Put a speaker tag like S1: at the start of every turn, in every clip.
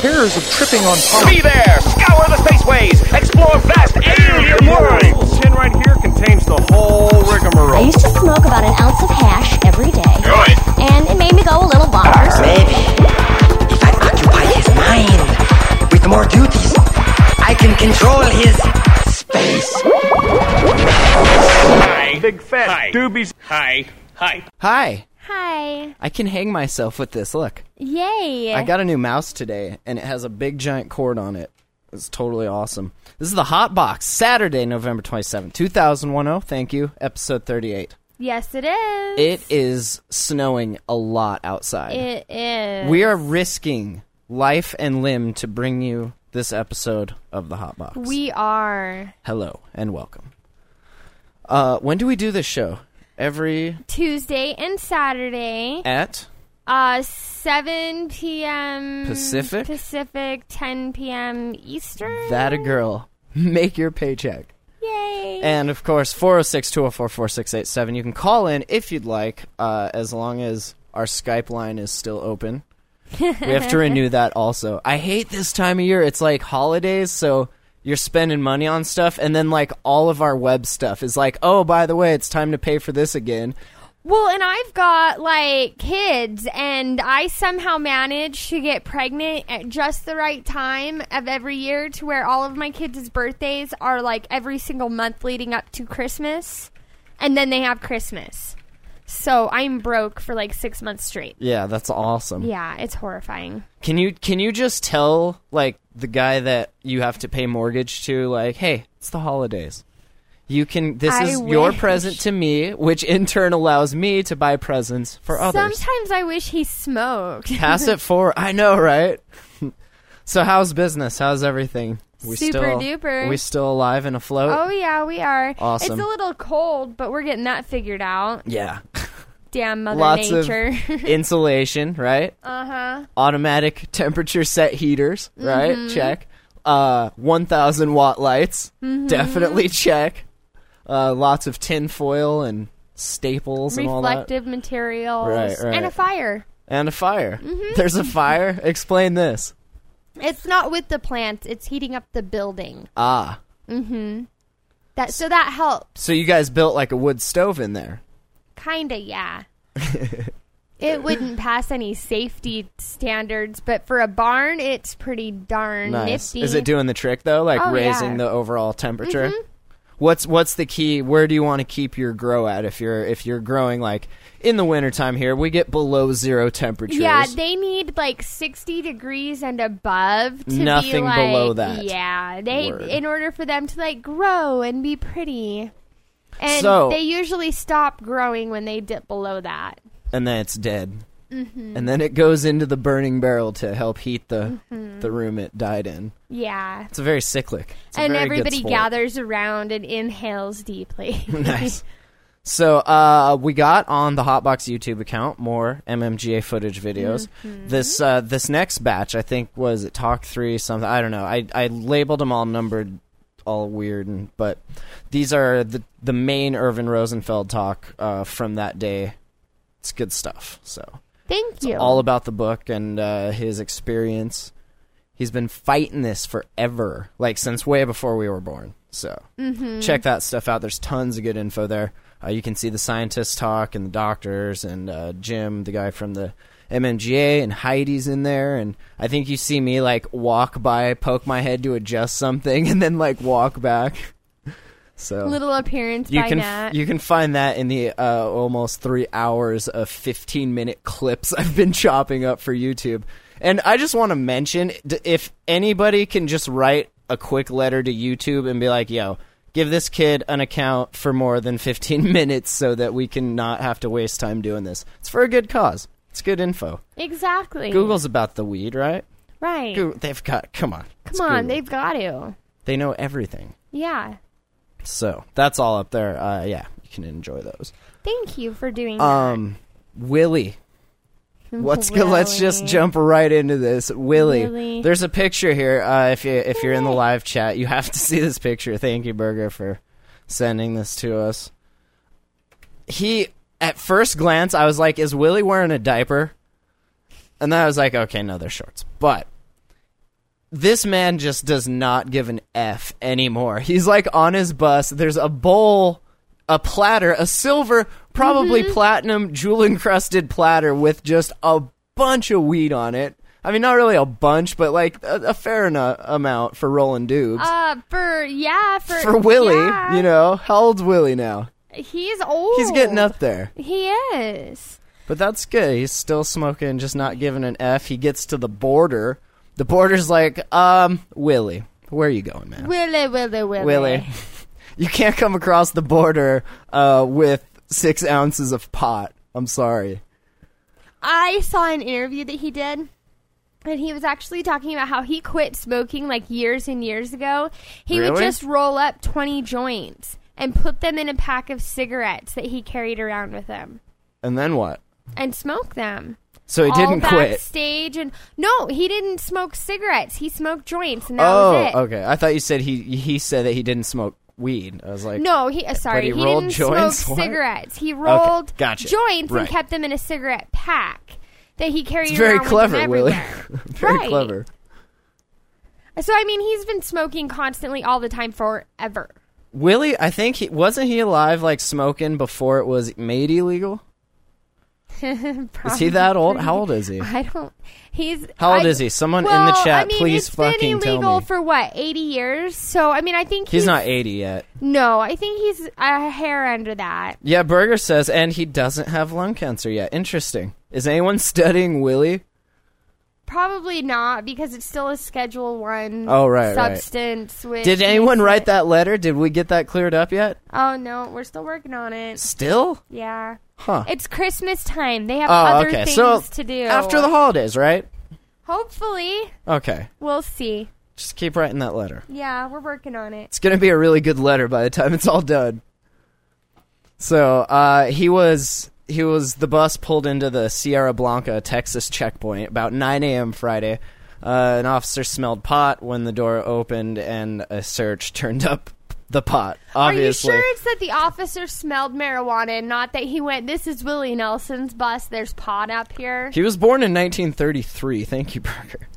S1: fears of tripping on pop.
S2: Be there! Scour the spaceways! Explore vast alien worlds!
S3: Tin right here contains the whole
S4: I
S3: rigmarole.
S4: used to smoke about an ounce of hash every day,
S2: Good.
S4: and it made me go a little bonkers.
S5: Maybe if I occupy his mind with more duties, I can control his space.
S2: Hi.
S3: Big fat
S2: Hi.
S3: doobies.
S2: Hi. Hi.
S6: Hi.
S4: Hi.
S6: I can hang myself with this. Look,
S4: Yay.
S6: I got a new mouse today, and it has a big giant cord on it. It's totally awesome. This is the Hot Box, Saturday, November 27, 2010. Thank you. Episode 38.
S7: Yes, it is.
S6: It is snowing a lot outside.
S7: It is.
S6: we are risking life and limb to bring you this episode of the Hot Box.
S7: We are
S6: Hello and welcome. Uh, when do we do this show? Every
S7: Tuesday and Saturday,
S6: at
S7: uh, 7 p.m.
S6: Pacific?
S7: Mm, Pacific, 10 p.m. Eastern.
S6: that a girl. Make your paycheck.
S7: Yay!
S6: And of course, 406 204 4687. You can call in if you'd like, uh, as long as our Skype line is still open. we have to renew that also. I hate this time of year. It's like holidays, so you're spending money on stuff, and then like all of our web stuff is like, oh, by the way, it's time to pay for this again.
S7: well, and I've got like kids, and I somehow manage to get pregnant at just the right time of every year to where all of my kids' birthdays are like every single month leading up to Christmas, and then they have Christmas. So I'm broke for like six months straight.
S6: Yeah, that's awesome.
S7: Yeah, it's horrifying.
S6: Can you can you just tell like the guy that you have to pay mortgage to like, hey, it's the holidays. You can this
S7: I
S6: is your
S7: wish.
S6: present to me, which in turn allows me to buy presents for others.
S7: Sometimes I wish he smoked.
S6: Pass it for I know, right? so how's business? How's everything?
S7: Super
S6: still
S7: duper.
S6: We still alive and afloat?
S7: Oh yeah, we are.
S6: Awesome.
S7: It's a little cold, but we're getting that figured out.
S6: yeah.
S7: Damn mother
S6: Lots
S7: nature.
S6: of insulation, right?
S7: uh huh.
S6: Automatic temperature set heaters, right?
S7: Mm-hmm.
S6: Check. Uh, 1,000 watt lights,
S7: Mm-hmm.
S6: definitely check. Uh, lots of tin foil and staples and all that.
S7: Reflective materials
S6: Right, right.
S7: and a fire.
S6: And a fire.
S7: Mm-hmm.
S6: There's a fire. Explain this.
S7: It's not with the plants; it's heating up the building.
S6: Ah.
S7: That so that helps,
S6: So you guys built like a wood stove in there.
S7: kinda. Yeah. it wouldn't pass any safety standards, but for a barn, it's pretty darn
S6: Nice.
S7: nifty.
S6: Is it doing the trick though? Like
S7: Oh,
S6: raising
S7: yeah. Mm-hmm.
S6: the overall temperature? What's what's the key? Where do you want to keep your grow at if you're if you're growing like in the wintertime here, we get below zero temperatures.
S7: Yeah, they need like 60 degrees and above to be
S6: Nothing
S7: like,
S6: below that.
S7: Yeah, they
S6: Word.
S7: in order for them to like grow and be pretty. And
S6: So-
S7: they usually stop growing when they dip below that.
S6: and then it's dead.
S7: Mm-hmm.
S6: And then it goes into the burning barrel to help heat the
S7: Mm-hmm.
S6: the room it died in.
S7: Yeah.
S6: It's a very cyclic. It's a
S7: and
S6: very good
S7: everybody
S6: sport.
S7: gathers around and inhales deeply.
S6: nice. So uh, we got on the Hotbox YouTube account more MMGA footage videos.
S7: Mm-hmm.
S6: This uh, this next batch, I think, was it talk three something. I don't know. I I labeled them all numbered, all weird, and but these are the the main Irvin Rosenfeld talk uh, from that day. It's good stuff. So
S7: Thank you.
S6: all about the book and uh, his experience. He's been fighting this forever, like since way before we were born. So
S7: Mm-hmm.
S6: check that stuff out. There's tons of good info there. Uh, you can see the scientists talk and the doctors and uh, Jim, the guy from the MMGA, and Heidi's in there. And I think you see me like walk by, poke my head to adjust something, and then like walk back. So
S7: Little appearance
S6: you
S7: by
S6: can
S7: Nat.
S6: you can find that in the uh, almost three hours of fifteen minute clips I've been chopping up for YouTube. And I just want to mention d- if anybody can just write a quick letter to YouTube and be like, "Yo, give this kid an account for more than fifteen minutes so that we can not have to waste time doing this." It's for a good cause. It's good info.
S7: exactly.
S6: Google's about the weed, right?
S7: right.
S6: Goo- They've got come on,
S7: Come on, they've got to.
S6: they know everything.
S7: Yeah.
S6: So that's all up there. Uh, yeah, you can enjoy those.
S7: Thank you for doing
S6: Um, Willie.
S7: that.
S6: What's good? Let's just
S7: Really.
S6: jump right into this, Willie.
S7: Willie.
S6: There's a picture here. Uh, if you if you're in the live chat, you have to see this picture. Thank you, Burger, for sending this to us. He, at first glance, I was like, "Is Willie wearing a diaper?" And then I was like, "Okay, no, they're shorts." But this man just does not give an F anymore. He's like on his bus. There's a bowl, a platter, a silver, probably
S7: Mm-hmm.
S6: platinum, jewel encrusted platter with just a bunch of weed on it. I mean, not really a bunch, but like a, a fair enough amount for rolling dubs.
S7: Uh, for yeah, for
S6: for Willie,
S7: yeah.
S6: you know, how old's Willie now?
S7: he's old.
S6: He's getting up there.
S7: He is.
S6: But that's good. He's still smoking, just not giving an F. He gets to the border. The border's like, um, Willie, where are you going, man?
S7: Willie, Willie, Willie.
S6: Willie, you can't come across the border uh, with six ounces of pot. I'm sorry.
S7: I saw an interview that he did. And he was actually talking about how he quit smoking like years and years ago. He would
S6: Really?
S7: just roll up 20 joints and put them in a pack of cigarettes that he carried around with him
S6: And then what?
S7: and smoke them.
S6: So he
S7: All
S6: didn't quit.
S7: backstage and no, he didn't smoke cigarettes. He smoked joints, and that was it.
S6: Oh, okay. I thought you said he he said that he didn't smoke weed. I was like,
S7: No, he uh, sorry,
S6: he
S7: he,
S6: rolled
S7: didn't
S6: joints?
S7: smoke
S6: What?
S7: cigarettes. He rolled
S6: gotcha.
S7: joints
S6: Right.
S7: and kept them in a cigarette pack that he carried
S6: It's very
S7: around with him
S6: clever, Willie.
S7: everywhere.
S6: very
S7: Right.
S6: clever.
S7: So I mean, he's been smoking constantly all the time forever.
S6: Willie, I think he wasn't he alive like smoking before it was made illegal. Is he that old? How old is he?
S7: I don't. He's
S6: How old
S7: I-
S6: is he? Someone in the
S7: well,
S6: chat,
S7: I mean,
S6: please
S7: it's
S6: fucking
S7: been
S6: tell
S7: illegal
S6: me.
S7: for what eighty years. So I mean, I think he's,
S6: He's not 80 yet.
S7: No, I think he's a hair under that.
S6: Yeah, Berger says, and he doesn't have lung cancer yet. Interesting. Is anyone studying Willie?
S7: Probably not because it's still a Schedule One.
S6: Oh, right, right.
S7: substance. Which
S6: Did anyone
S7: makes
S6: write
S7: it-
S6: that letter? Did we get that cleared up yet?
S7: Oh no, we're still working on it.
S6: Still?
S7: Yeah.
S6: Huh.
S7: It's Christmas time. They have
S6: Oh,
S7: other
S6: okay.
S7: things
S6: So
S7: to do.
S6: after the holidays, right?
S7: Hopefully,
S6: Okay.
S7: we'll see.
S6: Just keep writing that letter.
S7: Yeah, we're working on it.
S6: It's going to be a really good letter by the time it's all done. So, uh, he was he was the bus pulled into the Sierra Blanca, Texas checkpoint about 9 a.m. Friday. Uh, an officer smelled pot when the door opened, and a search turned up the pot. Obviously,
S7: Are you sure it's that the officer smelled marijuana and not that he went, this is Willie Nelson's bus, there's pot up here?
S6: He was born in 1933. Thank you, Parker.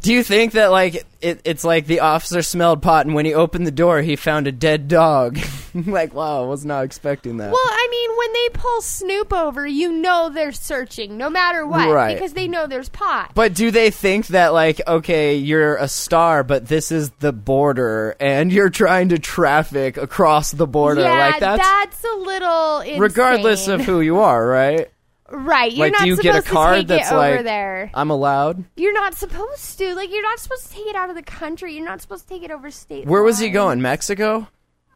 S6: Do you think that like it, it's like the officer smelled pot, and when he opened the door, he found a dead dog? like, wow, I was not expecting that.
S7: Well, I mean, when they pull Snoop over, you know they're searching no matter what
S6: Right.
S7: because they know there's pot.
S6: but do they think that like okay, you're a star, but this is the border, and you're trying to traffic across the border?
S7: yeah,
S6: like that's
S7: a little insane.
S6: regardless of who you are, right?
S7: right. You're
S6: like,
S7: not
S6: do you
S7: supposed
S6: get a
S7: to
S6: card
S7: take
S6: that's
S7: it over
S6: like
S7: there.
S6: I'm allowed?
S7: You're not supposed to. Like, you're not supposed to take it out of the country. You're not supposed to take it over state.
S6: Where was he
S7: lines.
S6: going? Mexico?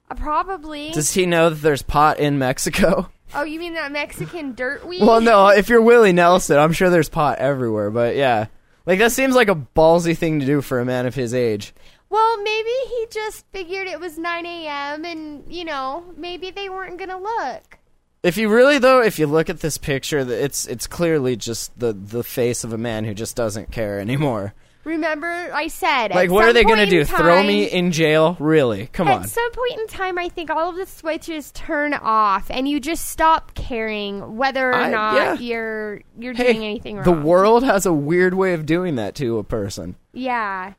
S7: Uh, probably.
S6: Does he know that there's pot in Mexico?
S7: oh, you mean that Mexican dirt weed?
S6: Well, no, if you're Willie Nelson, I'm sure there's pot everywhere, but yeah. Like, that seems like a ballsy thing to do for a man of his age.
S7: Well, maybe he just figured it was 9 a.m. and, you know, maybe they weren't going to look.
S6: If you really, though, if you look at this picture, th- it's it's clearly just the, the face of a man who just doesn't care anymore.
S7: Remember, I said.
S6: Like,
S7: at
S6: what are
S7: some
S6: they
S7: going
S6: going
S7: to
S6: to do? Throw me in jail? Really? Come
S7: At
S6: on.
S7: some point in time, I think all of the switches turn off, and you just stop caring whether or
S6: I-
S7: not
S6: yeah.
S7: you're you're
S6: Hey,
S7: doing anything wrong.
S6: the world has a weird way of doing that to a person.
S7: yeah,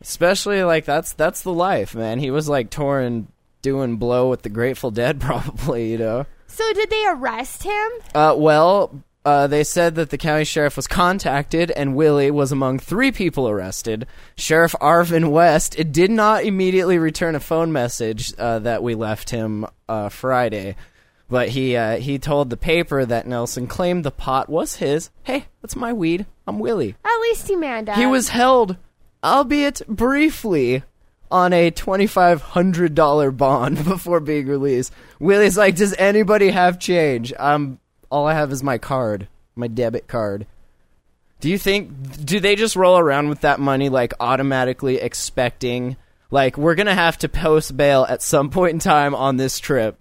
S6: Especially, like, that's that's the life, man. He was, like, touring, doing blow with the Grateful Dead, probably, you know?
S7: So did they arrest him?
S6: Uh, well, uh, they said that the county sheriff was contacted and Willie was among three people arrested. Sheriff Arvin West it did not immediately return a phone message uh, that we left him uh, Friday, but he uh, he told the paper that Nelson claimed the pot was his. Hey, that's my weed. I'm Willie.
S7: At least he manned up.
S6: He was held, albeit briefly, on a twenty-five hundred dollar bond before being released. Willie's like, "Does anybody have change? Um, all I have is my card, my debit card." Do you think? Do they just roll around with that money like automatically expecting? Like we're gonna have to post bail at some point in time on this trip.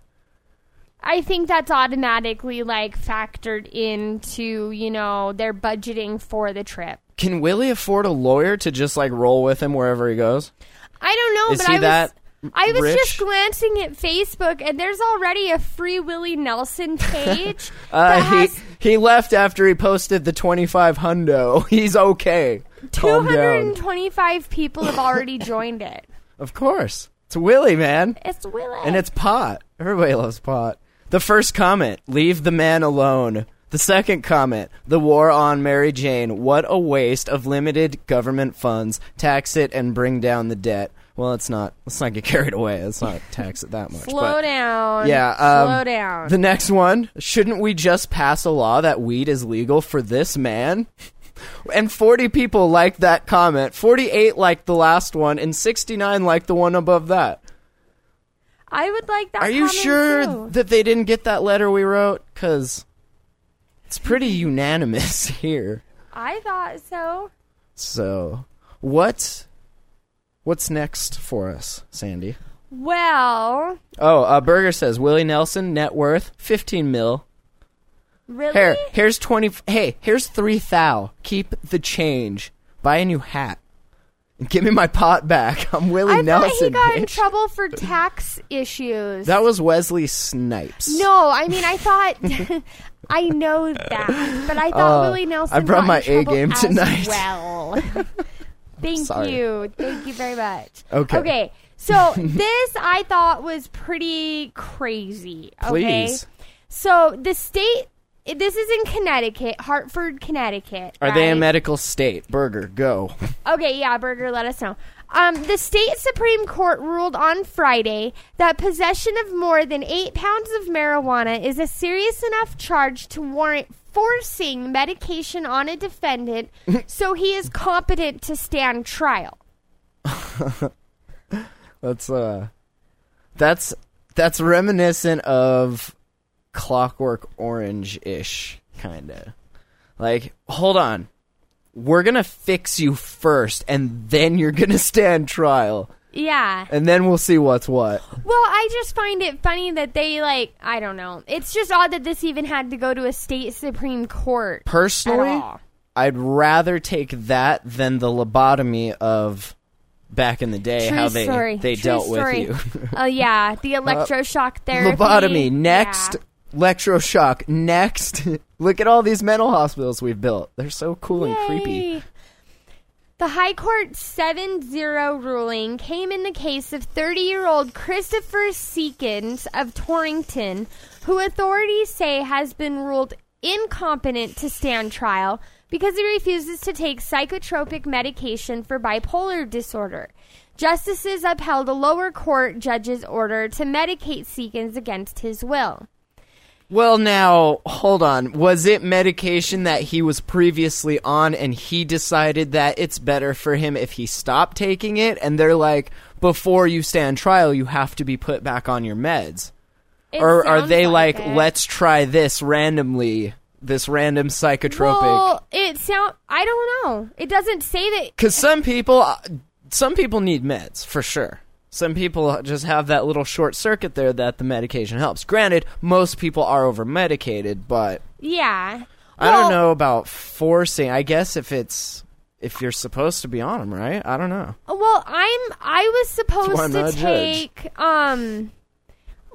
S7: I think that's automatically like factored into you know their budgeting for the trip.
S6: Can Willie afford a lawyer to just like roll with him wherever he goes?
S7: I don't know,
S6: Is
S7: but
S6: he
S7: I was
S6: that
S7: I was
S6: rich?
S7: just glancing at Facebook, and there's already a Free Willie Nelson page
S6: Uh,
S7: that
S6: he
S7: has
S6: he left after he posted the twenty five hundo. He's okay. Calm down.
S7: 225 people have already joined it.
S6: Of course. It's Willie, man.
S4: It's Willie.
S6: And it's pot. Everybody loves pot. The first comment, leave the man alone. The second comment, the war on Mary Jane. What a waste of limited government funds. Tax it and bring down the debt. Well, it's not. Let's not get carried away. Let's not tax it that much.
S7: Slow
S6: but-
S7: down.
S6: Yeah. Um,
S7: Slow down.
S6: The next one, shouldn't we just pass a law that weed is legal for this man? And 40 people liked that comment. 48 liked the last one, and 69 liked the one above that.
S7: I would like that.
S6: Are you
S7: comment,
S6: sure
S7: too.
S6: that they didn't get that letter we wrote? Because it's pretty unanimous here.
S7: I thought so.
S6: So, what, what's next for us, Sandy?
S7: Well,
S6: Oh, uh, Berger says Willie Nelson net worth 15 mil.
S7: really?
S6: Here, here's twenty. Hey, here's three thou. Keep the change. Buy a new hat. And give me my pot back. I'm Willie
S7: I thought
S6: Nelson.
S7: he got in
S6: bitch.
S7: trouble for tax issues.
S6: That was Wesley Snipes.
S7: no, I mean I thought I know that, but I thought Willie Nelson.
S6: Uh, I brought
S7: got
S6: my
S7: in
S6: A
S7: trouble
S6: game
S7: as
S6: tonight.
S7: Well, thank
S6: sorry.
S7: you, thank you very much.
S6: Okay.
S7: Okay. So this I thought was pretty crazy. Okay?
S6: Please.
S7: So the state. This is in Connecticut, Hartford, Connecticut.
S6: Are they a
S7: right?
S6: medical state? Burger, go.
S7: Okay, yeah, Burger, let us know. Um, the state Supreme Court ruled on Friday that possession of more than eight pounds of marijuana is a serious enough charge to warrant forcing medication on a defendant so he is competent to stand trial.
S6: That's uh, that's that's reminiscent of Clockwork Orange ish kind of. Like, hold on. We're gonna fix you first, and then you're gonna stand trial,
S7: Yeah.
S6: and then we'll see what's what.
S7: Well, I just find it funny that they, like, I don't know. It's just odd that this even had to go to a state Supreme Court.
S6: personally,
S7: At all.
S6: I'd rather take that than the lobotomy of back in the day
S7: True
S6: how they
S7: story.
S6: they
S7: True
S6: dealt
S7: story.
S6: with you. Uh,
S7: Oh, yeah. The electroshock therapy.
S6: lobotomy next,
S7: Yeah.
S6: electroshock next. Look at all these mental hospitals we've built. They're so cool and creepy.
S7: Yay. The High Court 7-0 ruling came in the case of 30-year-old Christopher Seekins of Torrington, who authorities say has been ruled incompetent to stand trial because he refuses to take psychotropic medication for bipolar disorder. Justices upheld a lower court judge's order to medicate Seekins against his will.
S6: Well, now hold on. Was it medication that he was previously on, and he decided that it's better for him if he stopped taking it? And they're like, before you stand trial, you have to be put back on your meds.
S7: It
S6: or are
S7: sounds
S6: they like,
S7: it.
S6: let's try this randomly this random psychotropic
S7: Well, it sound I don't know. It doesn't say that
S6: because some people uh, some people need meds for sure some people just have that little short circuit there that the medication helps granted most people are over medicated but
S7: Yeah.
S6: i don't
S7: Well,
S6: know about forcing i guess if it's if you're supposed to be on them right i don't know
S7: Uh, Well, I'm I was
S6: why I'm not
S7: supposed to
S6: a judge.
S7: take um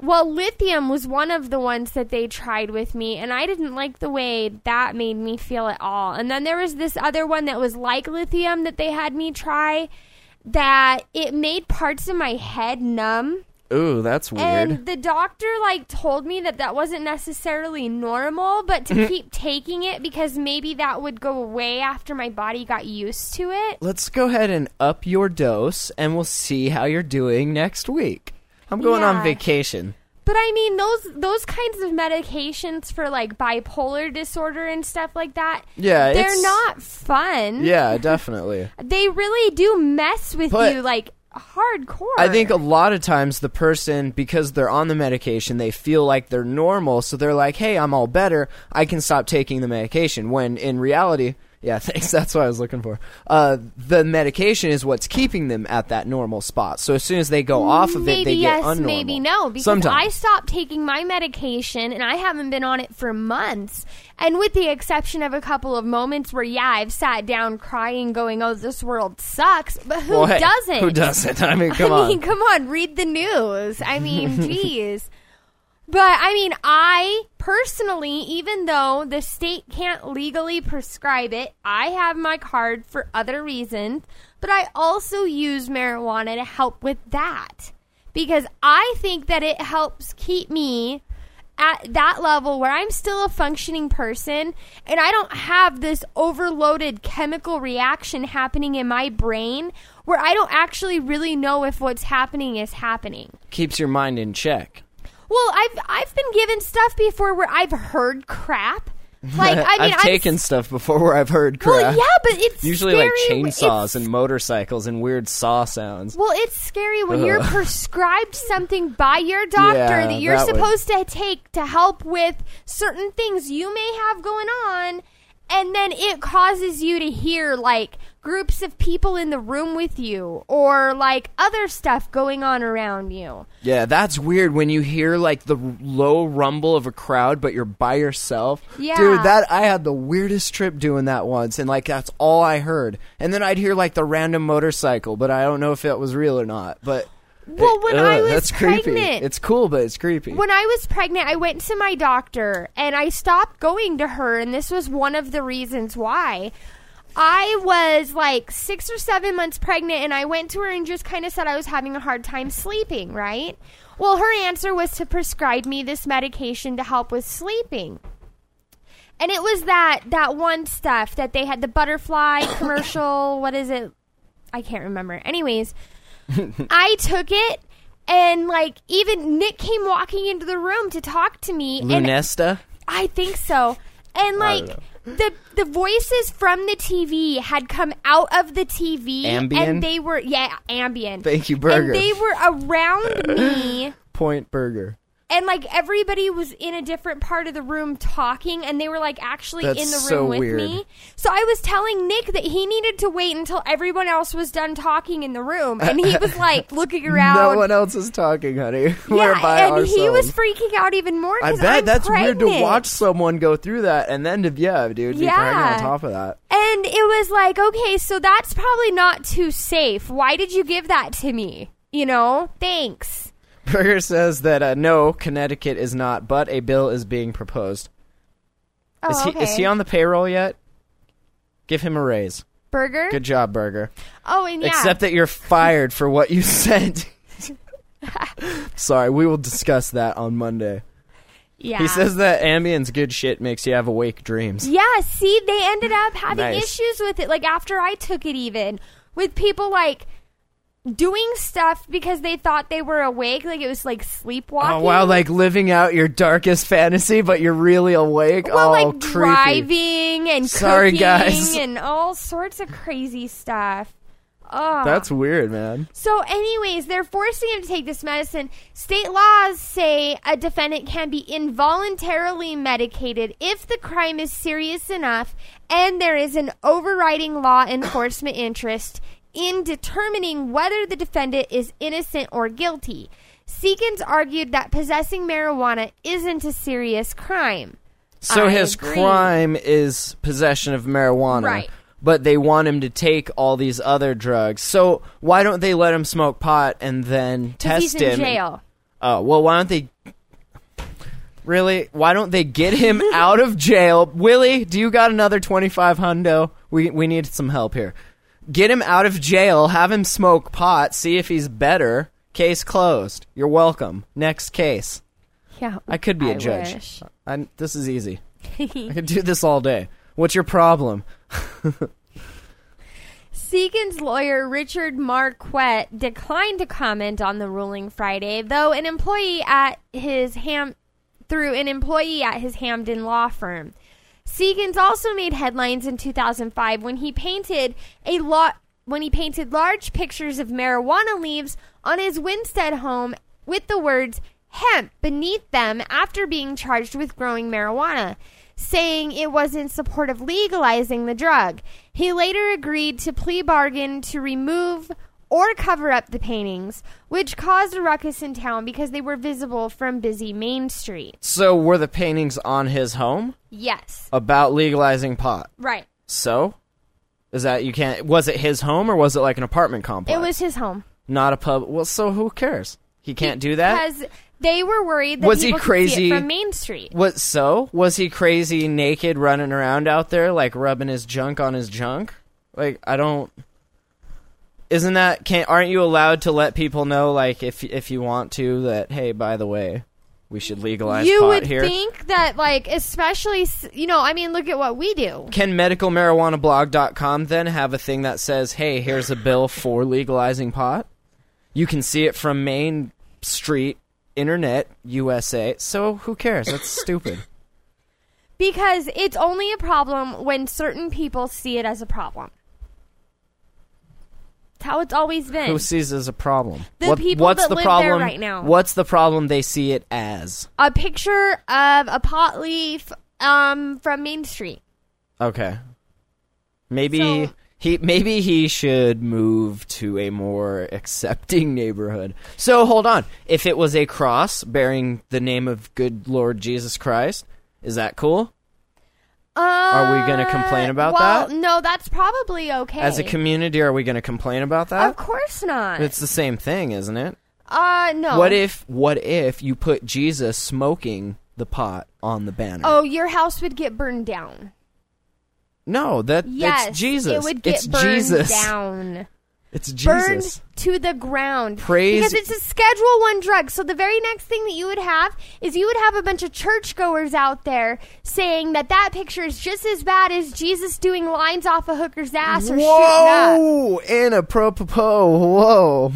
S7: well, lithium was one of the ones that they tried with me, and I didn't like the way that made me feel at all. And then there was this other one that was like lithium that they had me try that it made parts of my head numb.
S6: ooh that's weird
S7: And the doctor like told me that that wasn't necessarily normal, but to keep taking it because maybe that would go away after my body got used to it.
S6: let's go ahead and up your dose and we'll see how you're doing next week i'm going on
S7: Yeah.
S6: vacation
S7: But I mean those those kinds of medications for like bipolar disorder and stuff like that.
S6: Yeah,
S7: they're
S6: it's-
S7: not fun.
S6: yeah definitely
S7: they really do mess with
S6: But-
S7: you like hardcore.
S6: I think a lot of times the person, because they're on the medication, they feel like they're normal, so they're like, "Hey, I'm all better. I can stop taking the medication." When in reality, yeah, thanks. That's what I was looking for. Uh, the medication is what's keeping them at that normal spot. So as soon as they go off of
S7: maybe
S6: it, they get
S7: yes,
S6: unnormal.
S7: maybe no. Because
S6: Sometimes.
S7: I stopped taking my medication and I haven't been on it for months. And with the exception of a couple of moments where yeah, I've sat down crying, going, "Oh, this world sucks," but who
S6: Well, hey,
S7: doesn't?
S6: Who doesn't? I mean, come
S7: I
S6: on.
S7: mean, come on, read the news. I mean, geez. But I mean, I personally, even though the state can't legally prescribe it, I have my card for other reasons, but I also use marijuana to help with that because I think that it helps keep me at that level where I'm still a functioning person and I don't have this overloaded chemical reaction happening in my brain where I don't actually really know if what's happening is happening.
S6: Keeps your mind in check.
S7: Well, I've I've been given stuff before where I've heard crap. Like I mean,
S6: have taken stuff before where I've heard crap.
S7: Well, yeah, but it's
S6: Usually
S7: scary.
S6: like chainsaws
S7: it's-
S6: and motorcycles and weird saw sounds.
S7: Well, it's scary when you're prescribed something by your doctor
S6: Uh-huh. Yeah,
S7: that you're
S6: that would-
S7: supposed to take to help with certain things you may have going on, and then it causes you to hear like groups of people in the room with you or like other stuff going on around you.
S6: Yeah, that's weird when you hear like the r- low rumble of a crowd, but you're by yourself.
S7: Yeah.
S6: Dude, that I had the weirdest trip doing that once, and like that's all I heard. And then I'd hear like the random motorcycle, but I don't know if it was real or not. But
S7: Well, when I
S6: Ugh,
S7: was
S6: that's
S7: pregnant,
S6: creepy. It's cool, but it's creepy.
S7: When I was pregnant, I went to my doctor and I stopped going to her, and this was one of the reasons why. I was like six or seven months pregnant, and I went to her and just kind of said I was having a hard time sleeping, right? Well, her answer was to prescribe me this medication to help with sleeping. And it was that that one stuff that they had the butterfly commercial. What is it? I can't remember. Anyways, I took it, and like even Nick came walking into the room to talk to me, and
S6: Lunesta?
S7: I think so. And
S6: I don't
S7: like the the voices from the TV had come out of the TV,
S6: Ambien?
S7: and they were yeah, ambient.
S6: Thank you, Burger.
S7: And they were around me
S6: Point Burger.
S7: and like everybody was in a different part of the room talking and they were like actually
S6: That's
S7: in the room
S6: so
S7: with
S6: weird.
S7: me so i was telling nick that he needed to wait until everyone else was done talking in the room and he was like looking around
S6: No one else is talking, honey. We're
S7: yeah,
S6: by
S7: and
S6: ourselves.
S7: he was freaking out even more
S6: I
S7: 'cause
S6: bet
S7: I'm
S6: that's weird to
S7: pregnant.
S6: watch someone go through that and then to yeah, dude, be pregnant
S7: Yeah.
S6: on top of that.
S7: and it was like okay so that's probably not too safe why did you give that to me you know thanks
S6: Burger says that uh, no, Connecticut is not, but a bill is being proposed.
S7: oh,
S6: Is he
S7: okay.
S6: is he on the payroll yet? Give him a raise.
S7: burger
S6: Good job, Burger.
S7: oh and yeah
S6: Except that you're fired for what you said. Sorry, we will discuss that on Monday.
S7: yeah
S6: He says that Ambien's good shit makes you have awake dreams.
S7: Yeah, see, they ended up having
S6: Nice.
S7: issues with it. Like after I took it, even with people like doing stuff because they thought they were awake, like it was like sleepwalking.
S6: Oh wow, like living out your darkest fantasy, but you're really awake.
S7: well,
S6: oh,
S7: like
S6: creepy.
S7: driving and
S6: Sorry,
S7: cooking
S6: guys.
S7: and all sorts of crazy stuff. Oh,
S6: That's weird, man.
S7: So, anyways, they're forcing him to take this medicine. State laws say a defendant can be involuntarily medicated if the crime is serious enough and there is an overriding law enforcement interest in determining whether the defendant is innocent or guilty. Seekins argued that possessing marijuana isn't a serious crime.
S6: So
S7: I
S6: his
S7: agree.
S6: crime is possession of marijuana.
S7: Right.
S6: But they want him to take all these other drugs. So why don't they let him smoke pot and then test
S7: He's
S6: him?
S7: in jail.
S6: Oh, well, why don't they Really? Why don't they get him out of jail? Willie, do you got another 25 hundo? We we need some help here. Get him out of jail, have him smoke pot, see if he's better. Case closed. You're welcome. Next case.
S7: Yeah,
S6: I could be a
S7: I
S6: judge.
S7: wish.
S6: I, this is easy. I could do this all day. What's your problem?
S7: Segan's lawyer, Richard Marquette, declined to comment on the ruling Friday, though an employee at his Ham through an employee at his Hamden law firm. Segan's also made headlines in 2005 when he painted a lot when he painted large pictures of marijuana leaves on his Winstead home with the words hemp beneath them after being charged with growing marijuana, saying it was in support of legalizing the drug. He later agreed to plea bargain to remove or cover up the paintings, which caused a ruckus in town because they were visible from busy Main Street.
S6: So were the paintings on his home
S7: Yes.
S6: about legalizing pot?
S7: Right.
S6: So is that you can't? Was it his home or was it like an apartment complex?
S7: It was his home.
S6: not a pub. Well, so who cares? He can't do that.
S7: Because They were worried that
S6: Uh, Was he
S7: people could see it
S6: crazy?
S7: from Main Street.
S6: What so? Was he crazy naked running around out there like rubbing his junk on his junk? Like I don't Isn't that can aren't you allowed to let people know like if if you want to that hey by the way we should legalize
S7: You
S6: pot
S7: would
S6: here?
S7: think that, like, especially, s- you know, I mean, look at what we do.
S6: can medicalmarijuanablog.com then have a thing that says, "Hey, here's a bill for legalizing pot." You can see it from Main Street Internet USA. So who cares? That's stupid.
S7: Because it's only a problem when certain people see it as a problem. It's how it's always been.
S6: Who sees it as a problem?
S7: The people
S6: what's
S7: that
S6: the
S7: live there
S6: problem
S7: right now.
S6: What's the problem they see it as?
S7: a picture of a pot leaf um, from Main Street.
S6: Okay. Maybe
S7: So-
S6: he maybe he should move to a more accepting neighborhood. So hold on. If it was a cross bearing the name of good Lord Jesus Christ, is that cool?
S7: Uh,
S6: we gonna complain about
S7: well,
S6: that?
S7: No, that's probably okay.
S6: As a community, are we going to complain about that?
S7: of course not.
S6: It's the same thing, isn't it?
S7: uh, no.
S6: What if what if you put Jesus smoking the pot on the banner?
S7: Oh, your house would get burned down.
S6: no, that
S7: Yes,
S6: it's Jesus.
S7: It would get
S6: it's
S7: burned
S6: Jesus.
S7: down,
S6: It's
S7: burned
S6: Jesus.
S7: to the ground.
S6: Praise-
S7: because it's a Schedule One drug. So the very next thing that you would have is you would have a bunch of churchgoers out there saying that that picture is just as bad as Jesus doing lines off a hooker's ass or shooting up.
S6: Whoa! Inapropopo. Whoa.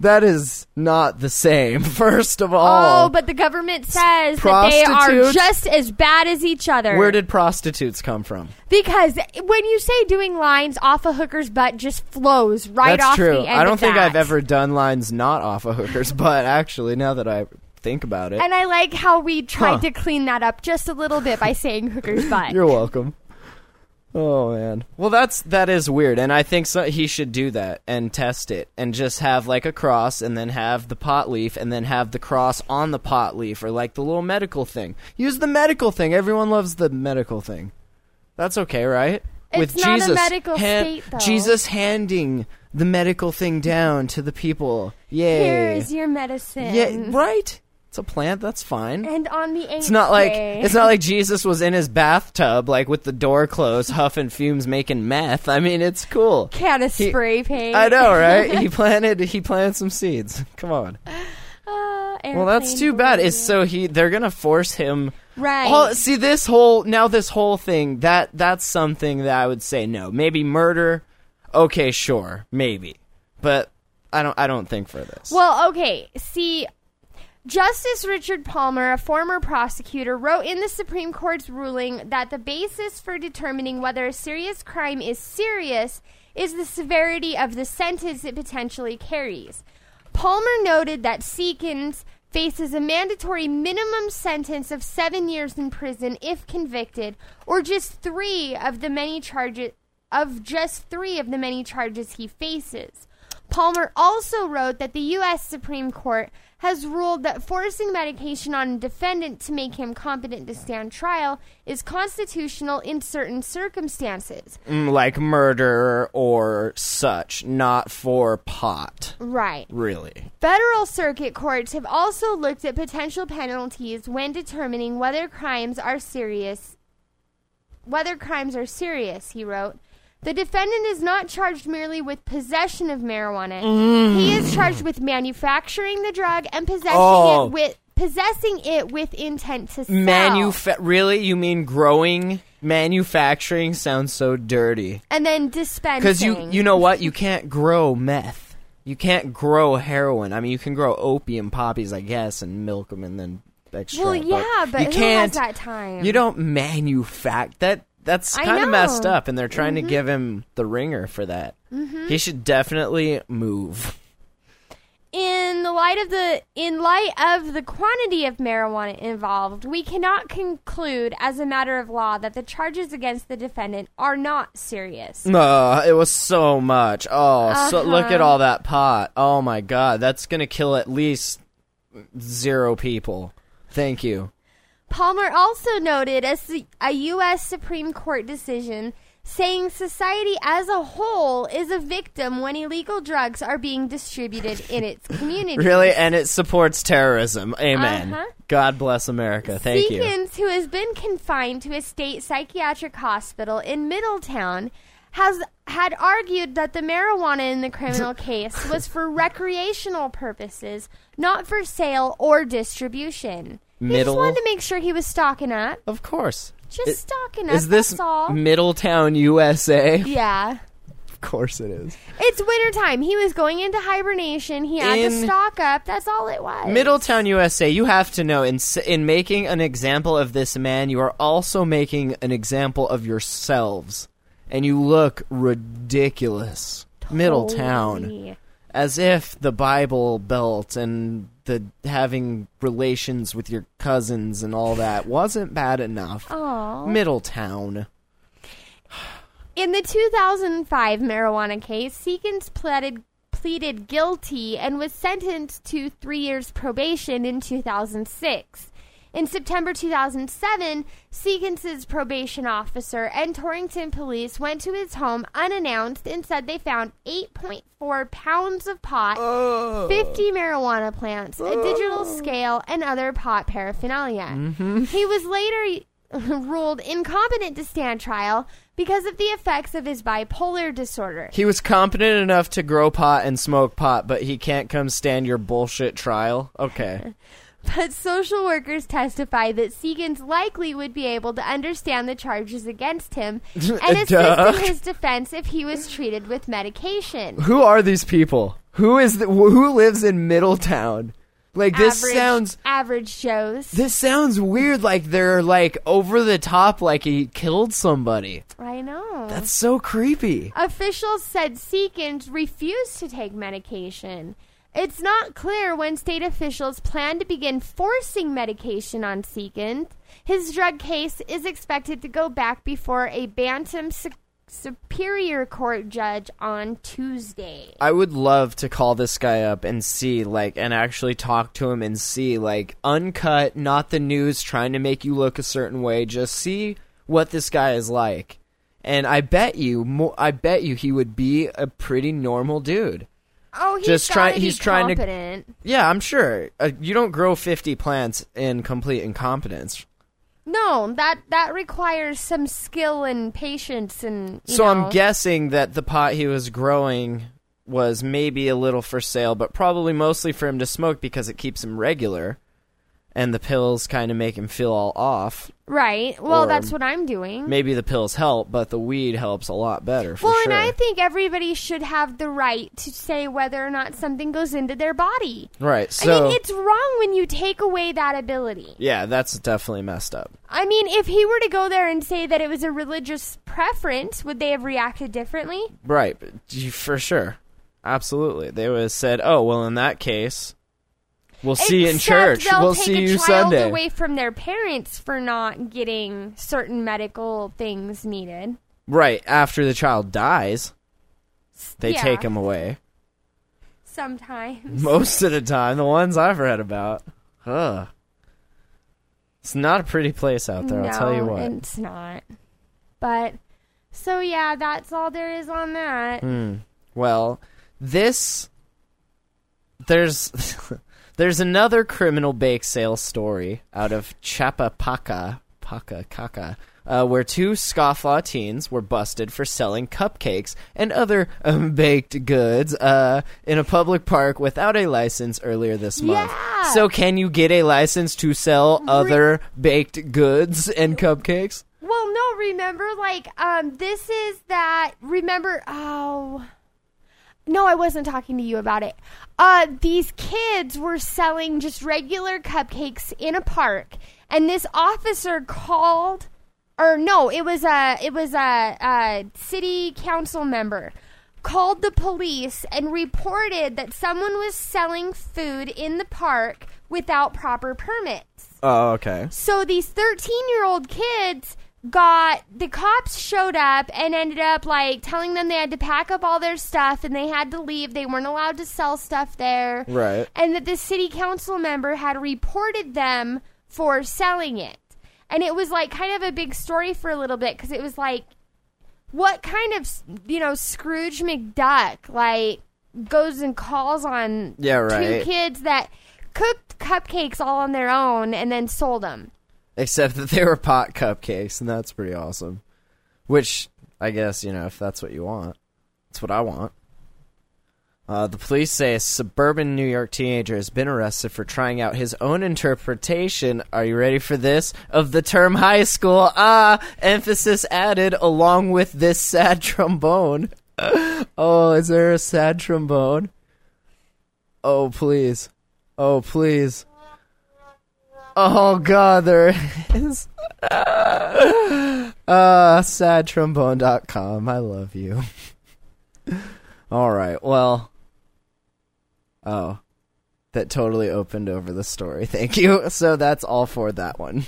S6: That is not the same. First of all,
S7: Oh, but the government says that they are
S6: Prostitutes?
S7: just as bad as each other.
S6: where did prostitutes come from?
S7: Because when you say doing lines off a hooker's butt just flows right
S6: That's
S7: off
S6: true.
S7: the end
S6: I don't
S7: of
S6: think
S7: that.
S6: I've ever done lines not off of hookers, but actually, now that I think about it,
S7: And I like how we tried
S6: Huh.
S7: to clean that up just a little bit by saying hooker's butt.
S6: You're welcome. Oh man. Well, that's that is weird, and I think so, he should do that and test it, and just have like a cross, and then have the pot leaf, and then have the cross on the pot leaf, or like the little medical thing. Use the medical thing. Everyone loves the medical thing. That's okay, right?
S7: It's not a medical state, though.
S6: Jesus handing the medical thing down to the people. Yay!
S7: Here's your medicine.
S6: yeah, right. It's a plant. That's fine.
S7: And on the eighth
S6: It's not like
S7: day-
S6: it's not like Jesus was in his bathtub, like with the door closed, huffing fumes, making meth. I mean, it's cool.
S7: can of
S6: He-
S7: spray paint.
S6: I know, right? he planted he planted some seeds. Come on.
S7: Uh,
S6: Well, that's
S7: airplane
S6: too bad.
S7: glue.
S6: It's so he they're gonna force him.
S7: right.
S6: Oh, see this whole now this whole thing that that's something that I would say no. Maybe murder. Okay, sure, maybe, but I don't I don't think for this.
S7: Well, okay. See, Justice Richard Palmer, a former prosecutor, wrote in the Supreme Court's ruling that the basis for determining whether a serious crime is serious is the severity of the sentence it potentially carries. Palmer noted that Seekins faces a mandatory minimum sentence of seven years in prison if convicted, or just three of the many charges of just three of the many charges he faces. Palmer also wrote that the U.S. Supreme Court has ruled that forcing medication on a defendant to make him competent to stand trial is constitutional in certain circumstances.
S6: Mm, like murder or such, not for pot,
S7: Right.
S6: really.
S7: Federal circuit courts have also looked at potential penalties when determining whether crimes are serious. Whether crimes are serious, he wrote. The defendant is not charged merely with possession of marijuana.
S6: Mm.
S7: He is charged with manufacturing the drug and possessing
S6: Oh.
S7: it with possessing it with intent to sell.
S6: Manufa- really? You mean growing? Manufacturing sounds so dirty.
S7: and then dispensing.
S6: Because you, you know what? You can't grow meth. You can't grow heroin. I mean, you can grow opium poppies, I guess, and milk them and then extract.
S7: Well, yeah, but
S6: you
S7: who has
S6: can't,
S7: that time?
S6: You don't manufacture that. That's
S7: I
S6: kind of messed
S7: know. Mm-hmm.
S6: up, and they're trying to give him the ringer for that. He should definitely move.
S7: in the light of the in light of the quantity of marijuana involved, we cannot conclude as a matter of law that the charges against the defendant are not serious.
S6: No, it was so much. Oh, so look
S7: Uh-huh.
S6: at all that pot. Oh my god, that's gonna kill at least zero people. Thank you.
S7: Palmer also noted as the, a U.S. Supreme Court decision saying society as a whole is a victim when illegal drugs are being distributed in its community.
S6: Really? And it supports terrorism. Amen.
S7: Uh-huh.
S6: God bless America. Thank you.
S7: Seekins, who has been confined to a state psychiatric hospital in Middletown, has had argued that the marijuana in the criminal case was for recreational purposes, not for sale or distribution. He just
S6: Middle-
S7: wanted to make sure he was stocking up.
S6: Of course.
S7: Just
S6: It-
S7: stocking up.
S6: Is this
S7: that's all?
S6: Middletown, USA?
S7: yeah.
S6: Of course it is.
S7: It's wintertime. He was going into hibernation. He had
S6: In-
S7: to stock up. That's all it was.
S6: Middletown, USA. You have to know in s- in making an example of this man, you are also making an example of yourselves, and you look ridiculous. Middletown,
S7: Holy.
S6: as if the Bible Belt and the having relations with your cousins and all that wasn't bad enough.
S7: Aw.
S6: Middletown.
S7: In the 2005 marijuana case, Seekins pleaded pleaded guilty and was sentenced to three years probation in 2006. In September 2007, Seekins' probation officer and Torrington police went to his home unannounced and said they found 8.4 pounds of pot, 50 marijuana plants, a digital
S6: Oh.
S7: scale, and other pot paraphernalia.
S6: Mm-hmm.
S7: He was later ruled incompetent to stand trial because of the effects of his bipolar disorder.
S6: He was competent enough to grow pot and smoke pot, but he can't come stand your bullshit trial. Okay.
S7: But social workers testify that Seegans likely would be able to understand the charges against him and assist
S6: Duh.
S7: in his defense if he was treated with medication.
S6: who are these people? Who is the, who lives in Middletown? Like this
S7: average,
S6: sounds
S7: average Joe's,
S6: this sounds weird. Like they're like over the top. Like he killed somebody.
S7: I know.
S6: That's so creepy.
S7: Officials said Seekins refused to take medication. It's not clear when state officials plan to begin forcing medication on Seekins. His drug case is expected to go back before a Bantam su- Superior Court judge on Tuesday.
S6: I would love to call this guy up and see like and actually talk to him and see like uncut, not the news trying to make you look a certain way. Just see what this guy is like. And I bet you, mo- I bet you, he would be a pretty normal dude.
S7: Oh, he's
S6: Just try-
S7: gotta be
S6: he's trying to-
S7: competent.
S6: Yeah, I'm sure. Uh, you don't grow 50 plants in complete incompetence.
S7: No, that that requires some skill and patience and. you
S6: So
S7: know.
S6: I'm guessing that the pot he was growing was maybe a little for sale, but probably mostly for him to smoke because it keeps him regular. And the pills kind of make him feel all off.
S7: Mm-hmm. right. Well,
S6: or
S7: that's what I'm doing.
S6: Maybe the pills help, but the weed helps a lot better for
S7: well,
S6: sure.
S7: and I think everybody should have the right to say whether or not something goes into their body.
S6: right. So
S7: I mean, it's wrong when you take away that ability.
S6: yeah, that's definitely messed up.
S7: I mean, if he were to go there and say that it was a religious preference, would they have reacted differently?
S6: Right, but you- for sure. Absolutely. They would have said, "Oh, well, in that case, we'll see you in
S7: Except
S6: church.
S7: They'll
S6: We'll
S7: take
S6: see
S7: a
S6: you
S7: child
S6: Sunday."
S7: away from their parents for not getting certain medical things needed.
S6: Right after the child dies, they
S7: Yeah,
S6: take him away.
S7: sometimes.
S6: Most of the time, the ones I've read about, ugh, it's not a pretty place out there. I'll tell you
S7: No,
S6: what.
S7: It's not. But so yeah, that's all there is on that.
S6: Well, this there's there's another criminal bake sale story out of Chapapaca, Paca Caca, uh, where two scofflaw teens were busted for selling cupcakes and other um, baked goods uh, in a public park without a license earlier this month.
S7: Yeah.
S6: So, can you get a license to sell other baked goods and cupcakes?
S7: Well, no, remember, like, um, this is that. Remember, oh. No, I wasn't talking to you about it. Uh, these kids were selling just regular cupcakes in a park, and this officer called, or no, it was a it was a, a city council member called the police and reported that someone was selling food in the park without proper permits.
S6: Oh, okay.
S7: So these 13 year old kids got the cops showed up and ended up like telling them they had to pack up all their stuff and they had to leave. They weren't allowed to sell stuff there.
S6: Right.
S7: And that the city council member had reported them for selling it. And it was like kind of a big story for a little bit because it was like what kind of you know Scrooge McDuck like goes and calls on
S6: Yeah,
S7: two
S6: right.
S7: kids that cooked cupcakes all on their own and then sold them.
S6: Except that they were pot cupcakes, and that's pretty awesome. Which, I guess, you know, if that's what you want, that's what I want. Uh, the police say a suburban New York teenager has been arrested for trying out his own interpretation. Are you ready for this? Of the term high school. Ah, emphasis added along with this sad trombone. oh, is there a sad trombone? Oh, please. Oh, please. Oh god, there is. Uh, sadtrombone.com. I love you. All right. Well. Oh. That totally opened over the story. Thank you. So that's all for that one.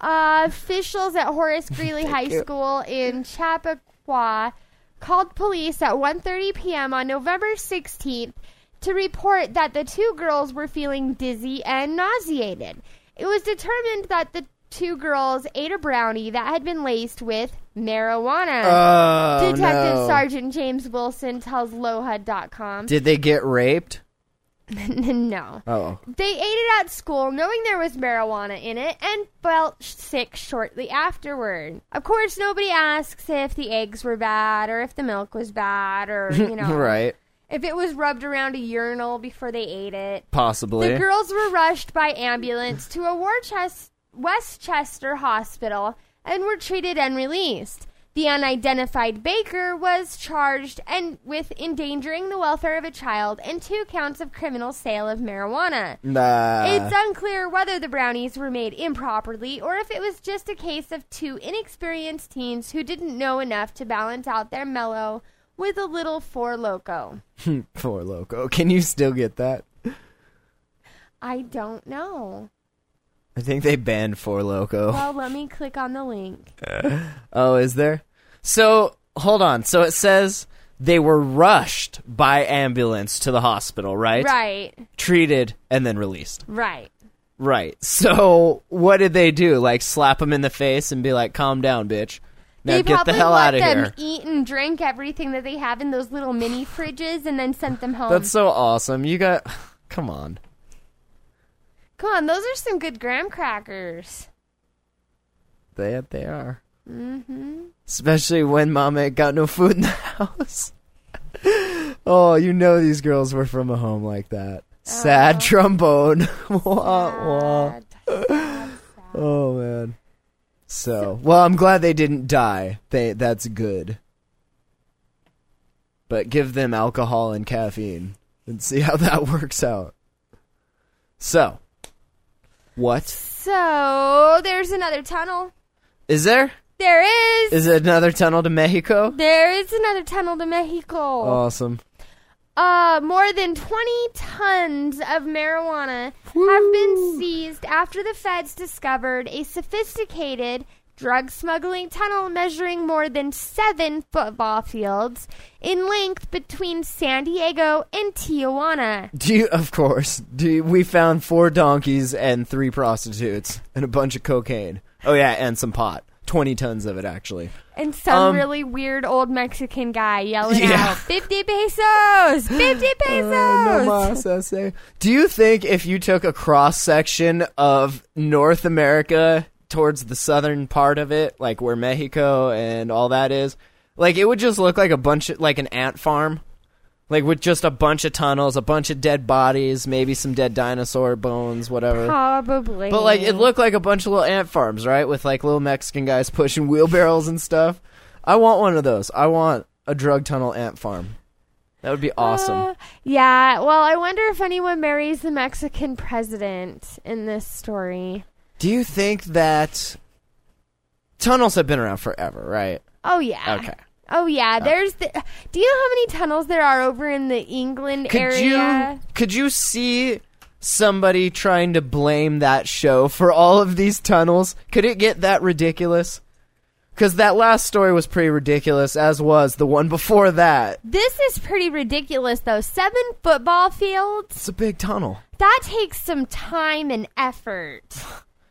S7: Uh, officials at Horace Greeley High
S6: you.
S7: School in Chappaqua called police at 1:30 p.m. on November 16th to report that the two girls were feeling dizzy and nauseated. It was determined that the two girls ate a brownie that had been laced with marijuana.
S6: Oh
S7: Detective
S6: no.
S7: Sergeant James Wilson tells LOHUD.com.
S6: Did they get raped?
S7: no.
S6: Oh.
S7: They ate it at school, knowing there was marijuana in it, and felt sick shortly afterward. Of course, nobody asks if the eggs were bad or if the milk was bad or, you know,
S6: Right.
S7: if it was rubbed around a urinal before they ate it.
S6: Possibly.
S7: The girls were rushed by ambulance to a Warchest- Westchester hospital and were treated and released. The unidentified baker was charged and with endangering the welfare of a child and two counts of criminal sale of marijuana.
S6: Nah.
S7: It's unclear whether the brownies were made improperly or if it was just a case of two inexperienced teens who didn't know enough to balance out their mellow with a little four loco.
S6: Poor loco. Can you still get that?
S7: I don't know.
S6: I think they banned Four Loco.
S7: Well, let me click on the link.
S6: Oh, is there? So hold on. So it says they were rushed by ambulance to the hospital, right?
S7: Right,
S6: Treated and then released.
S7: right.
S6: Right. So what did they do? Like slap them in the face and be like, "Calm down, bitch." Now
S7: they
S6: get
S7: probably
S6: the hell out
S7: let
S6: of
S7: them
S6: here.
S7: eat and drink everything that they have in those little mini fridges and then sent them home.
S6: That's so awesome. You got. Come on.
S7: Come on, those are some good graham crackers.
S6: They they are. Mm-hmm. Especially when Mama ain't got no food in the house. oh, you know these girls were from a home like that. Sad trombone. wah, wah.
S7: God.
S6: Oh man. So, well, I'm glad they didn't die. They that's good. But give them alcohol and caffeine and see how that works out. So, what
S7: So there's another tunnel.
S6: is there?
S7: There is.
S6: Is it another tunnel to Mexico?
S7: There is another tunnel to Mexico.
S6: Oh, Awesome.
S7: Uh, more than 20 tons of marijuana have been seized after the feds discovered a sophisticated drug smuggling tunnel measuring more than seven football fields in length between San Diego and Tijuana.
S6: Do you, of course. Do you, we found four donkeys and three prostitutes and a bunch of cocaine. Oh yeah, and some pot. 20 tons of it actually.
S7: And some
S6: Um,
S7: really weird old Mexican guy yelling
S6: Yeah.
S7: out, 50 pesos! 50 pesos!
S6: Uh, no mas, I say. Do you think if you took a cross section of North America towards the southern part of it, like where Mexico and all that is, like it would just look like a bunch of like an ant farm? Like with just a bunch of tunnels, a bunch of dead bodies, maybe some dead dinosaur bones, whatever.
S7: Probably.
S6: But like it looked like a bunch of little ant farms, right? With like little Mexican guys pushing wheelbarrows and stuff. I want one of those. I want a drug tunnel ant farm. That would be awesome.
S7: Uh, yeah. Well, I wonder if anyone marries the Mexican president in this story.
S6: Do you think that tunnels have been around forever, right?
S7: Oh yeah.
S6: Okay. Uh,
S7: Oh yeah. There's the. Do you know how many tunnels there are over in the England
S6: Could
S7: area?
S6: you could you see somebody trying to blame that show for all of these tunnels? Could it get that ridiculous? Cuz that last story was pretty ridiculous as was the one before that.
S7: This is pretty ridiculous, though. Seven football fields.
S6: It's a big tunnel.
S7: That takes some time and effort,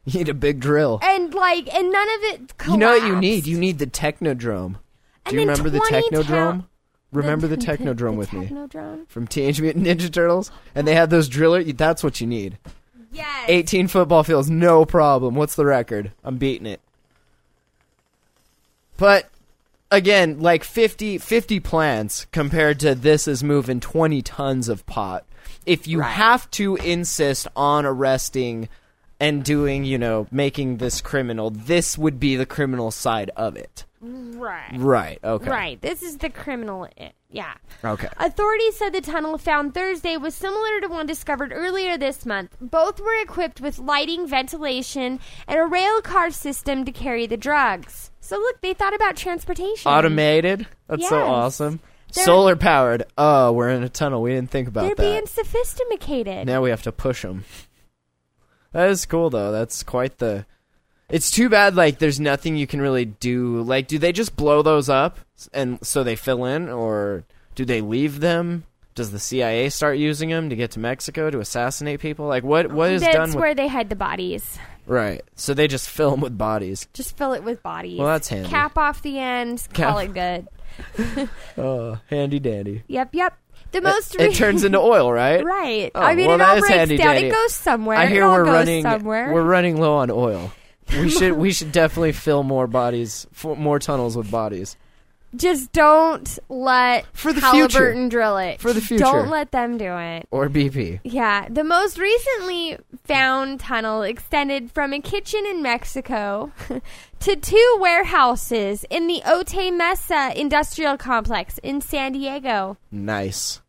S6: You need a big drill.
S7: and like, and none of it. Collapsed.
S6: You know what you need? You need the technodrome. Do you
S7: then
S6: remember the
S7: 20
S6: Technodrome?
S7: town-
S6: remember the, Technodrome with me
S7: Technodrome?
S6: from Teenage Mutant Ninja Turtles? And they had those driller. That's what you need.
S7: Yes.
S6: 18 football fields, no problem. What's the record? I'm beating it. But again, like 50, 50 plants compared to this is moving 20 tons of pot. If you have to insist on arresting and doing, you know, making this criminal, this would be the criminal side of it.
S7: Right.
S6: Right. Okay.
S7: Right. This is the criminal. i- Yeah.
S6: Okay.
S7: Authorities said the tunnel found Thursday was similar to one discovered earlier this month. Both were equipped with lighting, ventilation, and a rail car system to carry the drugs. So look, they thought about transportation.
S6: Automated. That's so
S7: Yes.
S6: awesome.
S7: They're-
S6: Solar powered. Oh, we're in a tunnel. We didn't think about
S7: They're
S6: that.
S7: being sophisticated.
S6: Now we have to push them. That is cool though. That's quite the. It's too bad. Like, there's nothing you can really do. Like, do they just blow those up s- and so they fill in, or do they leave them? Does the CIA start using them to get to Mexico to assassinate people? Like, what what is
S7: That's
S6: done with?
S7: where they hide the bodies.
S6: Right. So they just fill them with bodies.
S7: Just fill it with bodies.
S6: Well, that's handy.
S7: Cap off the ends.
S6: Cap-
S7: Call it good.
S6: Oh, handy dandy.
S7: Yep, yep. The most
S6: It turns into oil, right?
S7: right.
S6: Oh,
S7: I mean,
S6: well,
S7: it
S6: that
S7: all
S6: is
S7: breaks
S6: handy
S7: down.
S6: dandy.
S7: It goes somewhere.
S6: I hear
S7: it all
S6: we're
S7: goes
S6: running.
S7: somewhere.
S6: We're running low on oil. We should we should definitely fill more bodies, f- more tunnels with bodies.
S7: Just don't let
S6: For the future.
S7: Halliburton drill it.
S6: For the future.
S7: Don't let them do it.
S6: or BP.
S7: Yeah. The most recently found tunnel extended from a kitchen in Mexico to two warehouses in the Ote Mesa industrial complex in San Diego.
S6: Nice.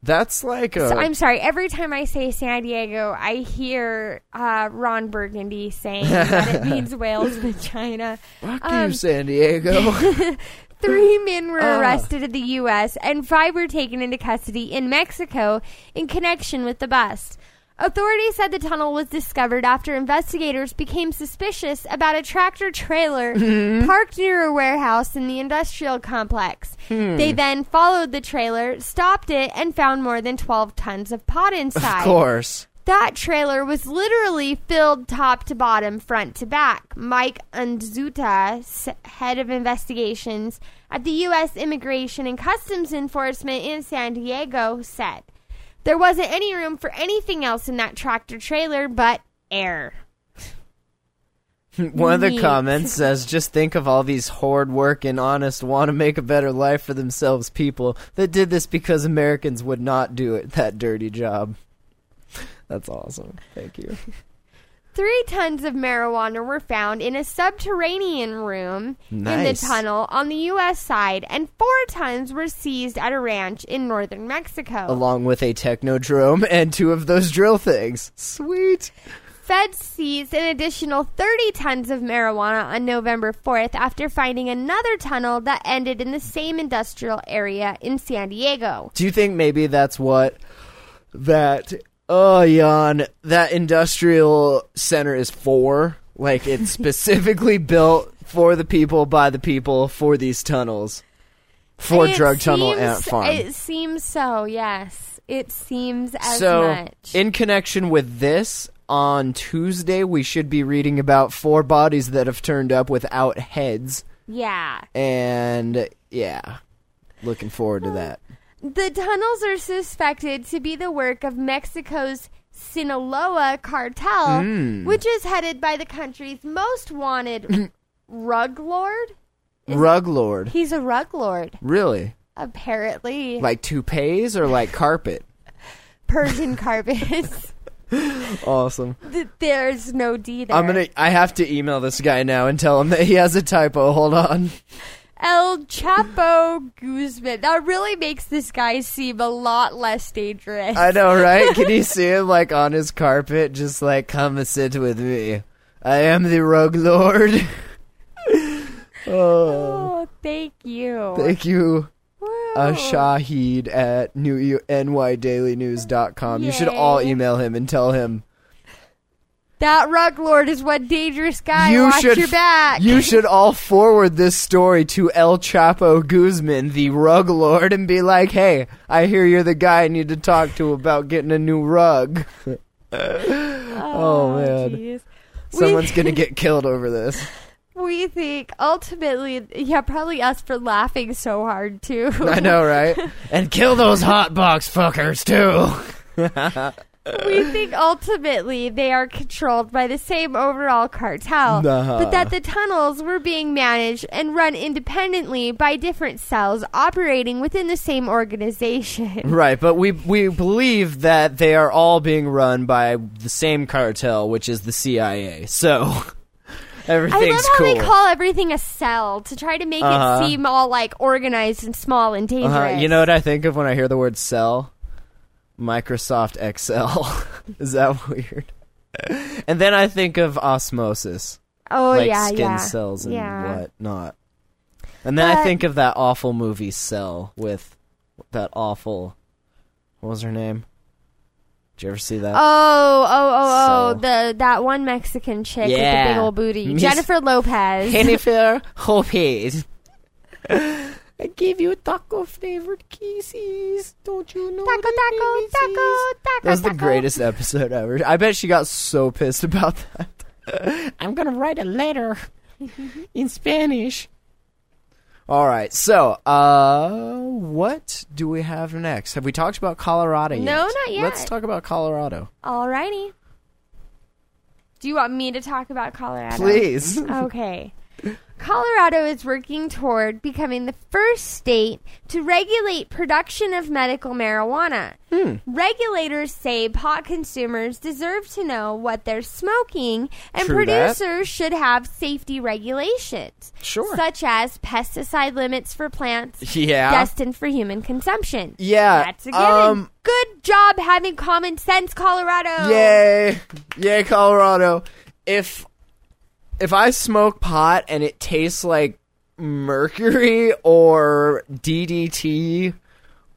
S6: That's like a
S7: So I'm sorry. Every time I say San Diego, I hear uh, Ron Burgundy saying that it means Wales vagina.
S6: fuck
S7: um,
S6: you, San Diego.
S7: Three men were
S6: Ah.
S7: arrested in the U.S. and five were taken into custody in Mexico in connection with the bust. Authorities said the tunnel was discovered after investigators became suspicious about a tractor trailer parked near a warehouse in the industrial complex. They then followed the trailer, stopped it, and found more than 12 tons of pot inside.
S6: of course.
S7: That trailer was literally filled top to bottom, front to back. Mike Unzuta, s- head of investigations at the U.S. Immigration and Customs Enforcement in San Diego, said there wasn't any room for anything else in that tractor trailer but air.
S6: One of the
S7: Neat.
S6: comments says, "Just think of all these hard working, honest, want to make a better life for themselves people that did this because Americans would not do it that dirty job." That's awesome. Thank you.
S7: Three tons of marijuana were found in a subterranean room in the
S6: Nice.
S7: tunnel on the U.S. side, and four tons were seized at a ranch in northern Mexico.
S6: Along with a technodrome and two of those drill things. Sweet.
S7: Feds seized an additional 30 tons of marijuana on November 4th after finding another tunnel that ended in the same industrial area in San Diego.
S6: Do you think maybe that's what that oh yawn that industrial center is for? Like it's specifically built for the people, by the people, for these tunnels. For
S7: It
S6: drug tunnel
S7: seems-
S6: ant farm.
S7: It seems so, yes. It seems as
S6: so
S7: much.
S6: in connection with this, on Tuesday we should be reading about four bodies that have turned up without heads.
S7: yeah.
S6: And yeah. Looking forward to that.
S7: The tunnels are suspected to be the work of Mexico's Sinaloa cartel,
S6: Hmm.
S7: which is headed by the country's most wanted rug lord.
S6: Rug Lord.
S7: He's a rug lord,
S6: Really?
S7: apparently.
S6: Like toupees or like carpet?
S7: Persian carpets.
S6: Awesome.
S7: Th- There's no D there.
S6: I'm gonna. I have to email this guy now and tell him that he has a typo. Hold on.
S7: El Chapo Guzman. That really makes this guy seem a lot less dangerous.
S6: I know, right? Can you see him like on his carpet, just like come and sit with me? I am the rogue lord. oh,
S7: oh, thank you.
S6: thank you,
S7: Whoa.
S6: uh, Shahid at new nydailynews.com. You should all
S7: Yay.
S6: email him and tell him
S7: that rug lord is one dangerous guy.
S6: you
S7: Watch
S6: should
S7: your back.
S6: you should all forward this story to El Chapo Guzman, the rug lord, and be like, "Hey, I hear you're the guy I need to talk to about getting a new rug." oh, man,
S7: Jeez.
S6: oh, someone's gonna get killed over this.
S7: we think ultimately, yeah, probably us for laughing so hard too.
S6: I know, right? and kill those hot box fuckers too.
S7: we think ultimately they are controlled by the same overall cartel,
S6: Nah.
S7: but that the tunnels were being managed and run independently by different cells operating within the same organization.
S6: Right, but we we believe that they are all being run by the same cartel, which is the CIA. So
S7: I
S6: everything's
S7: love how
S6: cool.
S7: they call everything a cell to try to make
S6: Uh-huh.
S7: it seem all like organized and small and dangerous.
S6: Uh, you know what I think of when I hear the word "cell"? Microsoft Excel. is that weird? and then I think of osmosis,
S7: oh
S6: like
S7: yeah,
S6: skin
S7: yeah,
S6: cells and
S7: yeah.
S6: whatnot. And then I
S7: But-
S6: think of that awful movie "Cell" with that awful. What was her name? Did you ever see that?
S7: Oh, oh, oh, oh!
S6: So-
S7: The that one Mexican chick with the
S6: Yeah.
S7: big old booty,
S6: Miss-
S7: Jennifer Lopez.
S6: Jennifer Lopez. I gave you taco flavored kisses. Don't you know?
S7: taco, taco, taco, taco.
S6: That was the
S7: taco.
S6: greatest episode ever. I bet she got so pissed about that. I'm gonna write a letter in Spanish. All right, so uh, what do we have next? Have we talked about Colorado yet?
S7: No, not yet.
S6: Let's talk about Colorado,
S7: Alrighty. Do you want me to talk about Colorado?
S6: please.
S7: Okay. Colorado is working toward becoming the first state to regulate production of medical marijuana.
S6: Hmm.
S7: Regulators say pot consumers deserve to know what they're smoking, and
S6: True that.
S7: producers should have safety regulations,
S6: Sure.
S7: such as pesticide limits for plants
S6: Yeah.
S7: destined for human consumption.
S6: Yeah,
S7: that's a given.
S6: um,
S7: Good job having common sense, Colorado.
S6: Yay! Yay, Colorado. If if I smoke pot and it tastes like mercury or DDT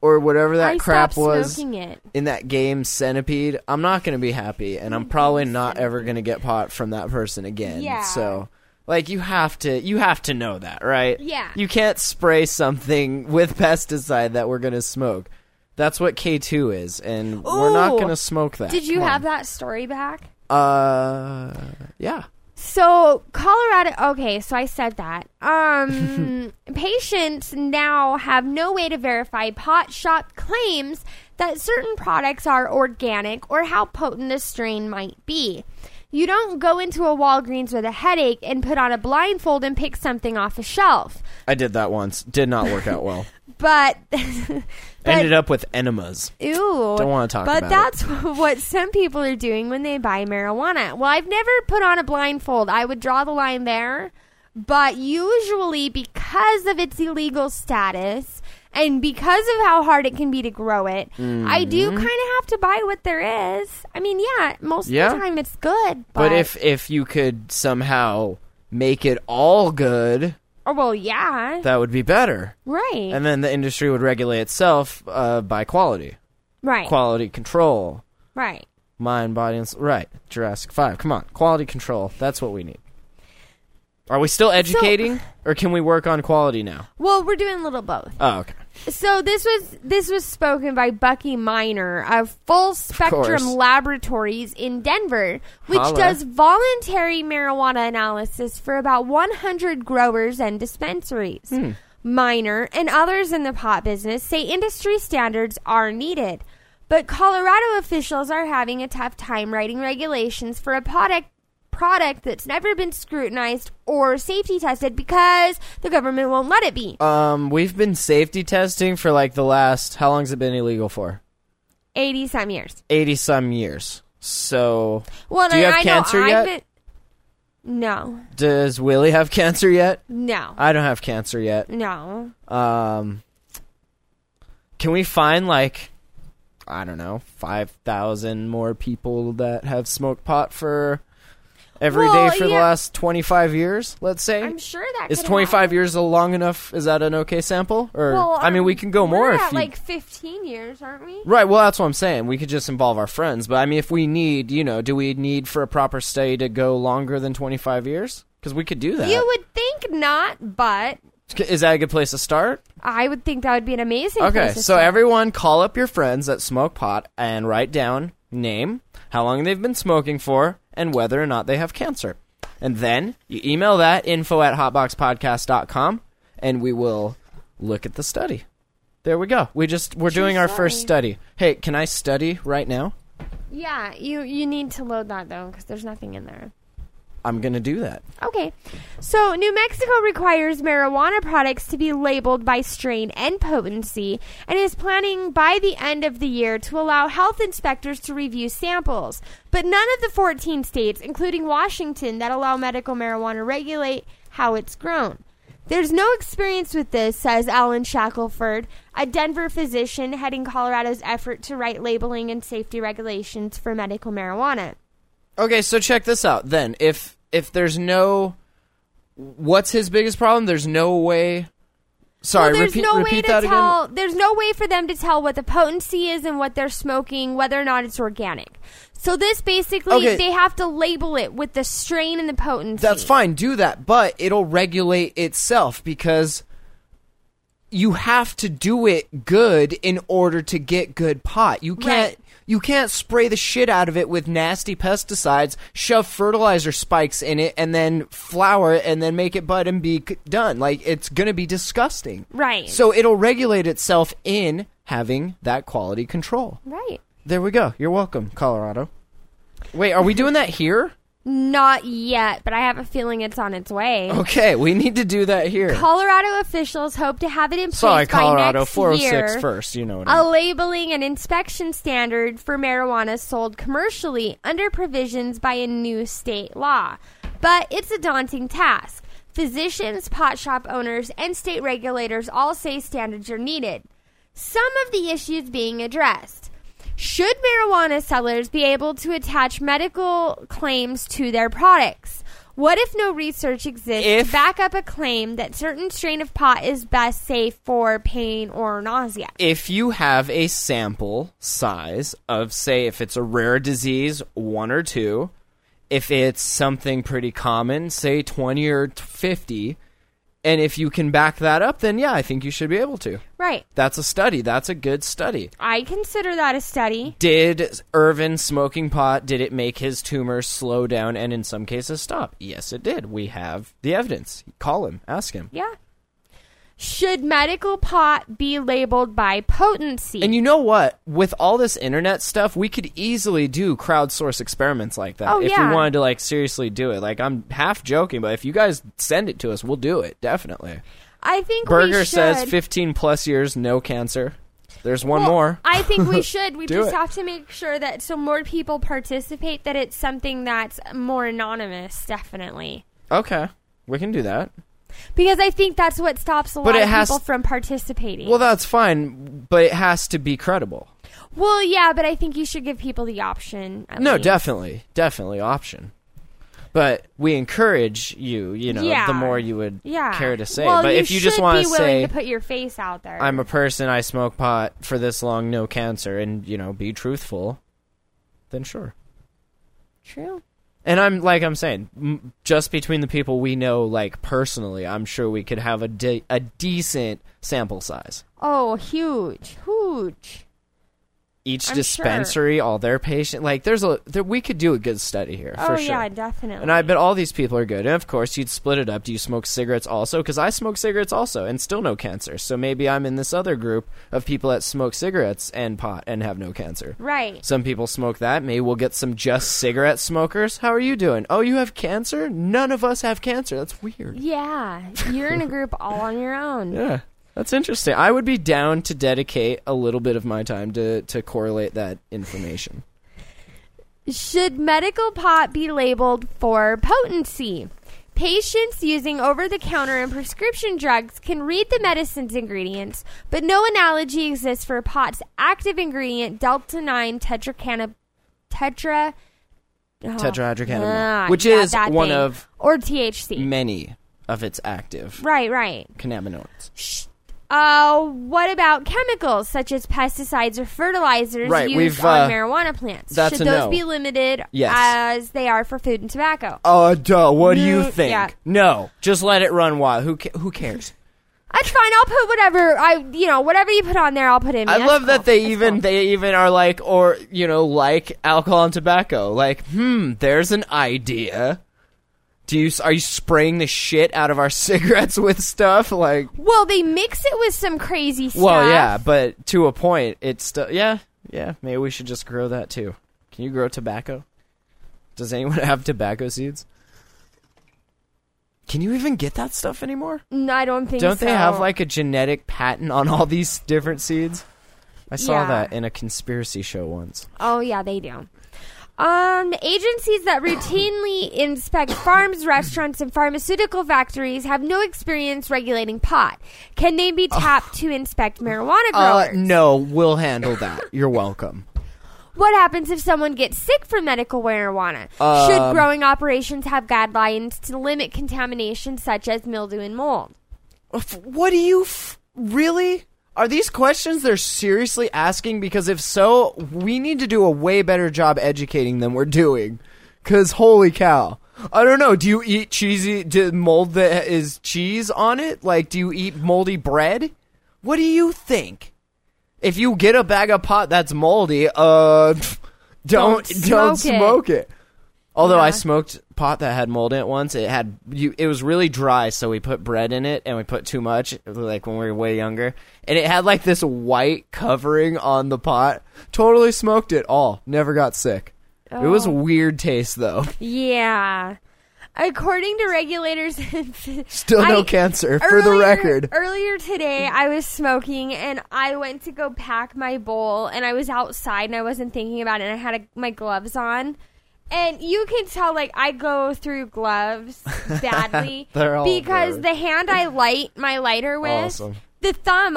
S6: or whatever that
S7: I
S6: crap
S7: stopped
S6: was
S7: smoking it.
S6: in that game Centipede, I'm not going to be happy and I'm probably not ever going to get pot from that person again.
S7: Yeah.
S6: So like you have to you have to know that, right?
S7: Yeah.
S6: You can't spray something with pesticide that we're going to smoke. That's what K2 is and we're not
S7: Ooh.
S6: going to smoke that.
S7: Did you
S6: Come on.
S7: have that story back?
S6: Uh, yeah.
S7: So Colorado. Okay, so I said that. Um, patients now have no way to verify pot shop claims that certain products are organic or how potent a strain might be. You don't go into a Walgreens with a headache and put on a blindfold and pick something off a shelf.
S6: I did that once. Did not work out well.
S7: But, but
S6: Ended up with enemas.
S7: Ew.
S6: Don't wanna talk
S7: But
S6: about
S7: that's what some people are doing when they buy marijuana. Well, I've never put on a blindfold. I would draw the line there. But usually, because of its illegal status and because of how hard it can be to grow it, I do
S6: Mm-hmm.
S7: kind of have to buy what there is. I mean, yeah, most
S6: Yeah.
S7: of the time it's good. But,
S6: But if if you could somehow make it all good,
S7: oh, well, yeah,
S6: that would be better.
S7: right,
S6: And then the industry would regulate itself uh, by quality,
S7: right,
S6: quality control,
S7: right.
S6: mind, body, and s- right. Jurassic Five. Come on, quality control. That's what we need. Are we still educating, or can we work on quality now?
S7: Well, we're doing a little both.
S6: Oh, okay.
S7: So this was this was spoken by Bucky Miner of Full
S6: course.
S7: Spectrum Laboratories in Denver, which
S6: Holla.
S7: does voluntary marijuana analysis for about 100 growers and dispensaries.
S6: Hmm.
S7: Miner and others in the pot business say industry standards are needed, but Colorado officials are having a tough time writing regulations for a product product that's never been scrutinized or safety tested because the government won't let it be.
S6: Um, we've been safety testing for like the last. How long's it been illegal for?
S7: 80 some years.
S6: 80 some years. So,
S7: Well,
S6: Do you
S7: and
S6: have
S7: I know
S6: cancer
S7: I've
S6: yet?
S7: been- No,
S6: does Willie have cancer yet?
S7: no,
S6: I don't have cancer yet.
S7: no.
S6: Um, can we find like, I don't know, 5,000 more people that have smoked pot for every day
S7: Well,
S6: for the
S7: yeah.
S6: last 25 years, let's say?
S7: I'm sure that
S6: Is
S7: could
S6: 25
S7: happen.
S6: years a long enough? Is that an okay sample? Or
S7: Well,
S6: I mean,
S7: aren't-
S6: we can go more
S7: We're
S6: if
S7: at
S6: you
S7: like 15 years, aren't we?
S6: Right, well, that's what I'm saying. We could just involve our friends, but I mean, if we need, you know, do we need for a proper study to go longer than 25 years? Because we could do that.
S7: You would think not, but
S6: Is that a good place to start?
S7: I would think that would be an amazing.
S6: Okay,
S7: place to
S6: so
S7: start.
S6: everyone call up your friends that smoke pot and write down name, how long they've been smoking for, and whether or not they have cancer. And then you email that info at hotboxpodcast.com and we will look at the study. There we go. We just we're doing our first study. Hey, can I study right now?
S7: Yeah, you you need to load that though because there's nothing in there.
S6: I'm going to do that.
S7: Okay. So, New Mexico requires marijuana products to be labeled by strain and potency and is planning by the end of the year to allow health inspectors to review samples. But none of the 14 states, including Washington, that allow medical marijuana regulate how it's grown. There's no experience with this, says Alan Shackelford, a Denver physician heading Colorado's effort to write labeling and safety regulations for medical marijuana.
S6: Okay, so check this out. Then if if there's no what's his biggest problem? There's no way Sorry,
S7: Well, there's
S6: repeat
S7: no way
S6: repeat
S7: to
S6: that again.
S7: tell. There's no way for them to tell what the potency is and what they're smoking, whether or not it's organic. So this basically,
S6: Okay.
S7: they have to label it with the strain and the potency.
S6: That's fine, do that, but it'll regulate itself because you have to do it good in order to get good pot. You can't
S7: Right.
S6: you can't spray the shit out of it with nasty pesticides, shove fertilizer spikes in it and then flower it and then make it bud and be c- done. Like it's going to be disgusting.
S7: Right.
S6: So it'll regulate itself in having that quality control.
S7: Right.
S6: There we go. You're welcome, Colorado. Wait, are we doing that here?
S7: Not yet, but I have a feeling it's on its way.
S6: Okay, we need to do that here.
S7: Colorado officials hope to have it in place
S6: Sorry,
S7: by
S6: Colorado.
S7: next
S6: 406
S7: year.
S6: first. You know what I
S7: A
S6: mean.
S7: labeling and inspection standard for marijuana sold commercially under provisions by a new state law. But it's a daunting task. Physicians, pot shop owners, and state regulators all say standards are needed. Some of the issues being addressed. Should marijuana sellers be able to attach medical claims to their products? What if no research exists
S6: If-
S7: to back up a claim that certain strain of pot is best safe for pain or nausea?
S6: If you have a sample size of, say, if it's a rare disease, one or two, if it's something pretty common, say 20 or t- 50, and if you can back that up, then yeah, I think you should be able to.
S7: Right.
S6: That's a study. That's a good study.
S7: I consider that a study.
S6: Did Irvin smoking pot did it make his tumor slow down and in some cases stop? Yes, it did. We have the evidence. Call him, ask him.
S7: Yeah. Should medical pot be labeled by potency?
S6: And you know what? With all this internet stuff, we could easily do crowdsource experiments like that
S7: Oh,
S6: if
S7: yeah.
S6: we wanted to like seriously do it. Like I'm half joking, but if you guys send it to us, we'll do it definitely.
S7: I think we
S6: Berger
S7: should.
S6: says 15 plus years, no cancer. There's one
S7: Well,
S6: more.
S7: I think we should. We
S6: Do
S7: just
S6: it.
S7: have to make sure that so more people participate. That it's something that's more anonymous, definitely.
S6: okay, we can do that.
S7: Because I think that's what stops a
S6: But
S7: lot
S6: it
S7: of
S6: has-
S7: people from participating.
S6: Well, that's fine, but it has to be credible.
S7: well, yeah, but I think you should give people the option. at
S6: No,
S7: least.
S6: definitely, definitely option. But we encourage you. You know,
S7: Yeah.
S6: the more you would
S7: Yeah.
S6: care to say.
S7: Well,
S6: but if you just
S7: should
S6: want
S7: be
S6: to
S7: willing
S6: say,
S7: to put your face out there,
S6: I'm a person, I smoke pot for this long, no cancer, and you know, be truthful, then sure.
S7: true.
S6: And I'm like I'm saying, m- just between the people we know, like personally, I'm sure we could have a de- a decent sample size.
S7: Oh, huge, huge.
S6: Each
S7: I'm
S6: dispensary, all their patient, like there's a there, we could do a good study here
S7: Oh
S6: for sure.
S7: yeah, definitely.
S6: And I bet all these people are good. And of course, you'd split it up. Do you smoke cigarettes also? Because I smoke cigarettes also, and still no cancer. So maybe I'm in this other group of people that smoke cigarettes and pot and have no cancer.
S7: Right.
S6: Some people smoke that. Maybe we'll get some just cigarette smokers. How are you doing? Oh, you have cancer? None of us have cancer. That's weird.
S7: Yeah, you're in a group all on your own.
S6: Yeah. That's interesting. I would be down to dedicate a little bit of my time to, to correlate that information.
S7: Should medical pot be labeled for potency? Patients using over the counter and prescription drugs can read the medicine's ingredients, but no analogy exists for pot's active ingredient, delta 9 tetracannab- tetra. oh,
S6: Tetrahydrocannabinol,
S7: ah,
S6: which
S7: yeah,
S6: is
S7: that
S6: one
S7: thing.
S6: of
S7: Or THC.
S6: many of its active
S7: right, right.
S6: cannabinoids.
S7: Uh, what about chemicals such as pesticides or fertilizers
S6: Right,
S7: used
S6: we've,
S7: on
S6: uh,
S7: marijuana plants?
S6: that's
S7: Should
S6: a
S7: those
S6: no.
S7: be limited
S6: Yes.
S7: as they are for food and tobacco?
S6: Uh, duh. What do you
S7: No,
S6: think?
S7: yeah.
S6: No, just let it run wild. Who ca- who cares?
S7: That's fine. I'll put whatever I, you know, whatever you put on there, I'll put in.
S6: I
S7: That's
S6: love
S7: cool.
S6: that they
S7: oh, That's
S6: even
S7: cool.
S6: they even are like or you know like alcohol and tobacco. Like, hmm, there's an idea. Do you are you spraying the shit out of our cigarettes with stuff like?
S7: Well, they mix it with some crazy stuff.
S6: Well, yeah, but to a point, it's still yeah, yeah. Maybe we should just grow that too. Can you grow tobacco? Does anyone have tobacco seeds? Can you even get that stuff anymore?
S7: No, I don't think.
S6: Don't they have
S7: so.
S6: like a genetic patent on all these different seeds? I saw
S7: Yeah.
S6: that in a conspiracy show once.
S7: Oh yeah, they do. Um, agencies that routinely inspect farms, restaurants, and pharmaceutical factories have no experience regulating pot. Can they be tapped to inspect marijuana
S6: Uh,
S7: growers?
S6: no, we'll handle that. You're welcome.
S7: What happens if someone gets sick from medical marijuana? Should
S6: Um,
S7: growing operations have guidelines to limit contamination such as mildew and mold?
S6: F- What do you f- really? Are these questions they're seriously asking? Because if so, we need to do a way better job educating than we're doing. Because holy cow. I don't know. Do you eat cheesy do mold that is cheese on it? Like, do you eat moldy bread? What do you think? If you get a bag of pot that's moldy, uh, pff, don't
S7: Don't
S6: don't
S7: smoke it.
S6: smoke it. Although I
S7: Yeah.
S6: smoked pot that had mold in it once, it had you, it was really dry, so we put bread in it and we put too much, like when we were way younger, and it had like this white covering on the pot. Totally smoked it all. Never got sick. It
S7: Oh.
S6: was weird taste though.
S7: Yeah. According to regulators,
S6: Still no cancer, for the record.
S7: Earlier today, I was smoking and I went to go pack my bowl, and I was outside and I wasn't thinking about it. And I had a, my gloves on, and you can tell like I go through gloves badly
S6: They're all
S7: because
S6: burned.
S7: the hand I light my lighter with,
S6: Awesome.
S7: the thumb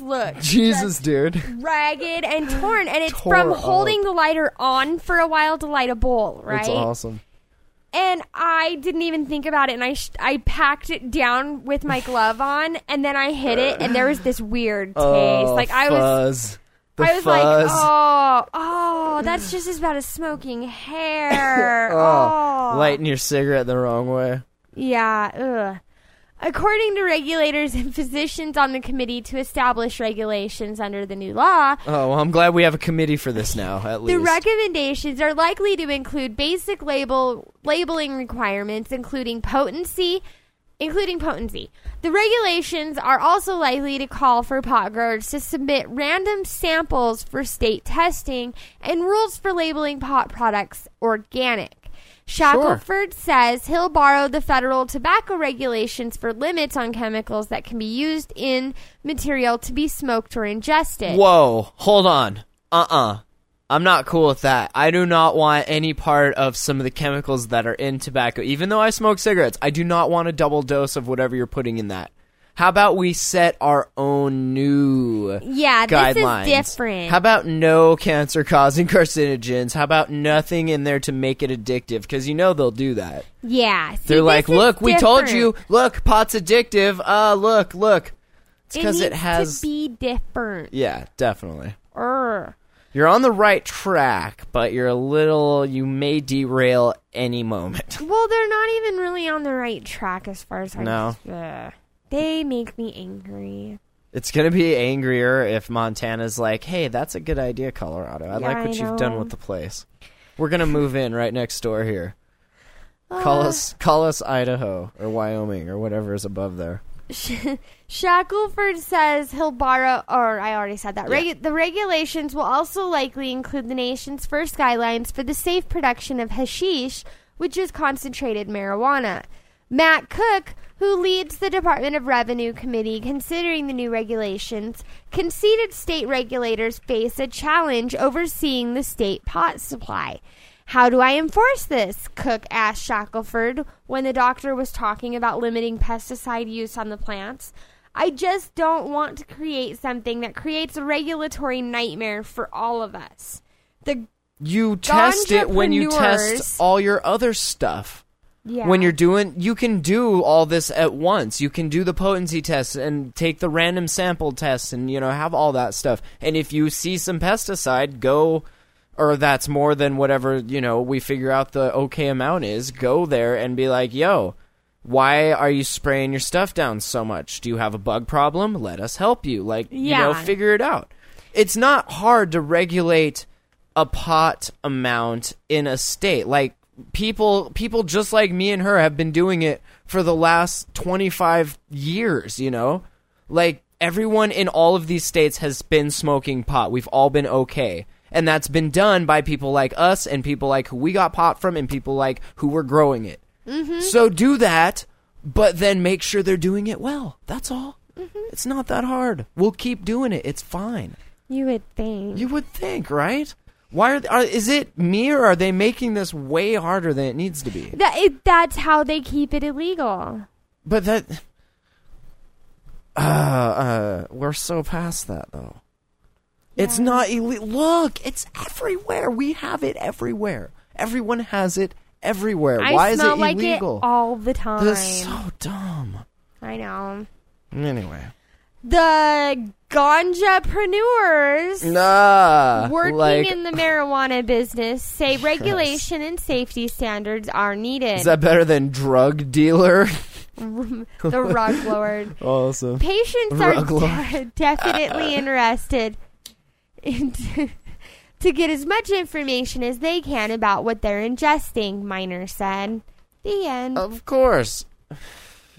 S7: looks
S6: Jesus, dude.
S7: ragged and torn, and it's
S6: Tore
S7: from
S6: up.
S7: holding the lighter on for a while to light a bowl, right?
S6: It's awesome.
S7: And I didn't even think about it, and I sh- I packed it down with my glove on, and then I hit it, and there was this weird taste.
S6: Oh,
S7: like I
S6: fuzz.
S7: was,
S6: The
S7: I
S6: fuzz.
S7: was like, oh, oh, that's just as bad as smoking hair.
S6: Oh,
S7: oh,
S6: lighting your cigarette the wrong way.
S7: yeah. Ugh. According to regulators and physicians on the committee to establish regulations under the new law,
S6: Oh, well, I'm glad we have a committee for this now. At least
S7: The recommendations are likely to include basic label labeling requirements, including potency, including potency. The regulations are also likely to call for pot growers to submit random samples for state testing and rules for labeling pot products organic. Shackelford says he'll borrow the federal tobacco regulations for limits on chemicals that can be used in material to be smoked or ingested.
S6: Whoa, hold on. Uh uh-uh. uh. i am not cool with that. I do not want any part of some of the chemicals that are in tobacco. Even though I smoke cigarettes, I do not want a double dose of whatever you're putting in that. How about we set our own new
S7: Yeah, this is
S6: guidelines?
S7: different.
S6: How about no cancer causing carcinogens? How about nothing in there to make it addictive? Because you know they'll do that.
S7: Yeah. see,
S6: They're
S7: this
S6: like,
S7: is
S6: look, we told you,
S7: different.
S6: look, pot's addictive. Uh, look, look. It's because it,
S7: needs
S6: has.
S7: to be different.
S6: yeah, definitely.
S7: Err.
S6: You're on the right track, but you're a little. You may derail any moment.
S7: Well, they're not even really on the right track as far as I'm
S6: No.
S7: Ugh. They make me angry.
S6: It's gonna be angrier if Montana's like, "Hey, that's a good idea, Colorado. I
S7: Yeah,
S6: like what
S7: I
S6: you've done
S7: know.
S6: with the place. We're gonna move in right next door here. Call
S7: Uh.
S6: us, call us Idaho or Wyoming or whatever is above there.
S7: Shackelford says he'll borrow, or I already said that. Regu- the regulations will also likely include the nation's first guidelines for the safe production of hashish, which is concentrated marijuana. Matt Cook, who leads the Department of Revenue Committee considering the new regulations, conceded state regulators face a challenge overseeing the state pot supply. How do I enforce this? Cook asked Shackelford when the doctor was talking about limiting pesticide use on the plants. I just don't want to create something that creates a regulatory nightmare for all of us. The
S6: You test it when you test
S7: Entrepreneurs.
S6: all your other stuff.
S7: yeah.
S6: when you're doing you can do all this at once you can do the potency test and take the random sample test and you know have all that stuff and if you see some pesticide go or that's more than whatever you know we figure out the okay amount is go there and be like yo why are you spraying your stuff down so much do you have a bug problem let us help you like you know
S7: Yeah.
S6: figure it out it's not hard to regulate a pot amount in a state. Like people people just like me and her have been doing it for the last 25 years you know like everyone in all of these states has been smoking pot we've all been okay and that's been done by people like us and people like who we got pot from and people like who were growing it Mm-hmm. so do that but then make sure they're doing it well that's all
S7: Mm-hmm.
S6: it's not that hard we'll keep doing it it's fine
S4: You would think.
S6: you would think, right? Why are, are is it me or are they making this way harder than it needs to be?
S7: That it, that's how they keep it illegal.
S6: But that uh, uh we're so past that though. It's not illegal. Look, it's everywhere. We have it everywhere. Everyone has it everywhere.
S7: I
S6: Why is
S7: smell
S6: it
S7: like
S6: illegal?
S7: it all the time.
S6: this is so dumb.
S7: I know.
S6: Anyway.
S7: The ganjapreneurs
S6: Nah.
S7: working
S6: like,
S7: in the marijuana business say regulation and safety standards are needed.
S6: is that better than drug dealer?
S7: the rug lord.
S6: awesome.
S7: Patients are
S6: Rug lord.
S7: de- definitely interested in to get as much information as they can about what they're ingesting, Miner said. The end.
S6: Of course.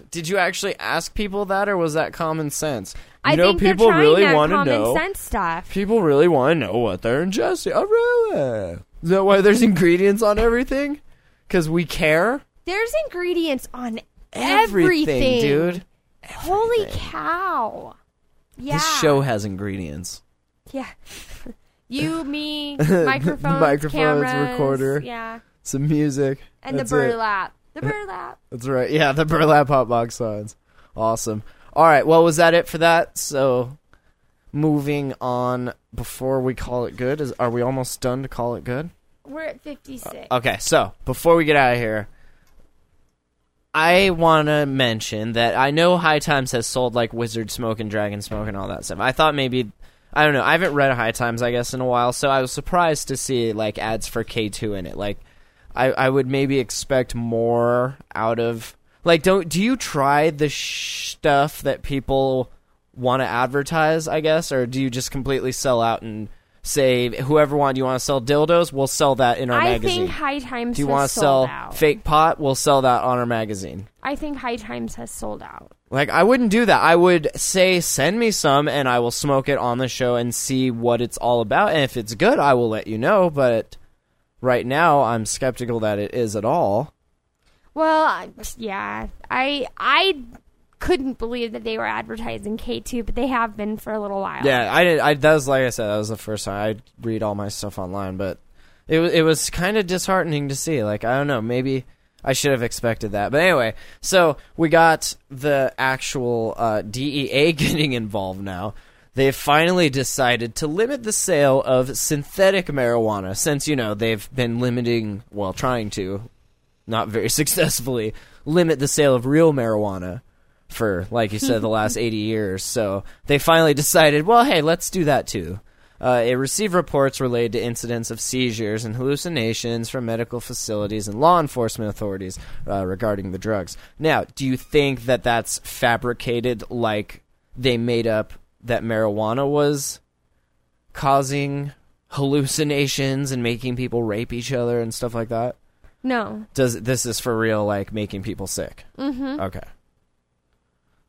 S6: Did you actually ask people that, or was that common sense? You
S7: I
S6: know,
S7: think
S6: people
S7: they're trying
S6: really
S7: that
S6: want to
S7: common
S6: know.
S7: sense stuff.
S6: People really want to know what they're ingesting. Oh, really? Is that why there's ingredients on everything? Because we care.
S7: There's ingredients on
S6: Everything, dude.
S7: Holy cow. Yeah.
S6: This show has ingredients.
S7: Yeah. You, me, microphones,
S6: Microphones,
S7: cameras,
S6: recorder.
S7: Yeah.
S6: Some music.
S7: And
S6: That's
S7: the
S6: it.
S7: burlap. The burlap.
S6: That's right. Yeah, the burlap hot box signs. Awesome. All right. Well, was that it for that? So, moving on. Before we call it good, is are we almost done to call it good?
S7: We're at 56.
S6: Okay, so before we get out of here, I want to mention that I know High Times has sold like Wizard Smoke and Dragon Smoke and all that stuff. I thought maybe I don't know. I haven't read High Times I guess in a while, so I was surprised to see like ads for K2 in it. Like I I would maybe expect more out of like don't do you try the sh- stuff that people want to advertise, I guess, or do you just completely sell out and say whoever want you want to sell dildos, we'll sell that in our
S7: I
S6: magazine.
S7: think High Times
S6: Do you
S7: want
S6: want to sell fake pot? We'll sell that on our magazine.
S7: I think High Times has sold out.
S6: Like I wouldn't do that. I would say send me some and I will smoke it on the show and see what it's all about and if it's good I will let you know, but right now I'm skeptical that it is at all.
S7: Well, I- yeah. I I couldn't believe that they were advertising K2, but they have been for a little while.
S6: Yeah, I did I that was like I said that was the first time I read all my stuff online, but it wa- it was kind of disheartening to see. Like I don't know, maybe I should have expected that. But anyway, so we got the actual uh, DEA getting involved now. They've finally decided to limit the sale of synthetic marijuana since you know they've been limiting, well, trying to, not very successfully, limit the sale of real marijuana for, like you said, the last 80 years. So they finally decided, well, hey, let's do that too. Uh, it received reports related to incidents of seizures and hallucinations from medical facilities and law enforcement authorities uh, regarding the drugs. Now, do you think that that's fabricated, like they made up that marijuana was causing hallucinations and making people rape each other and stuff like that?
S7: No.
S6: does this is for real like making people sick mm-hmm okay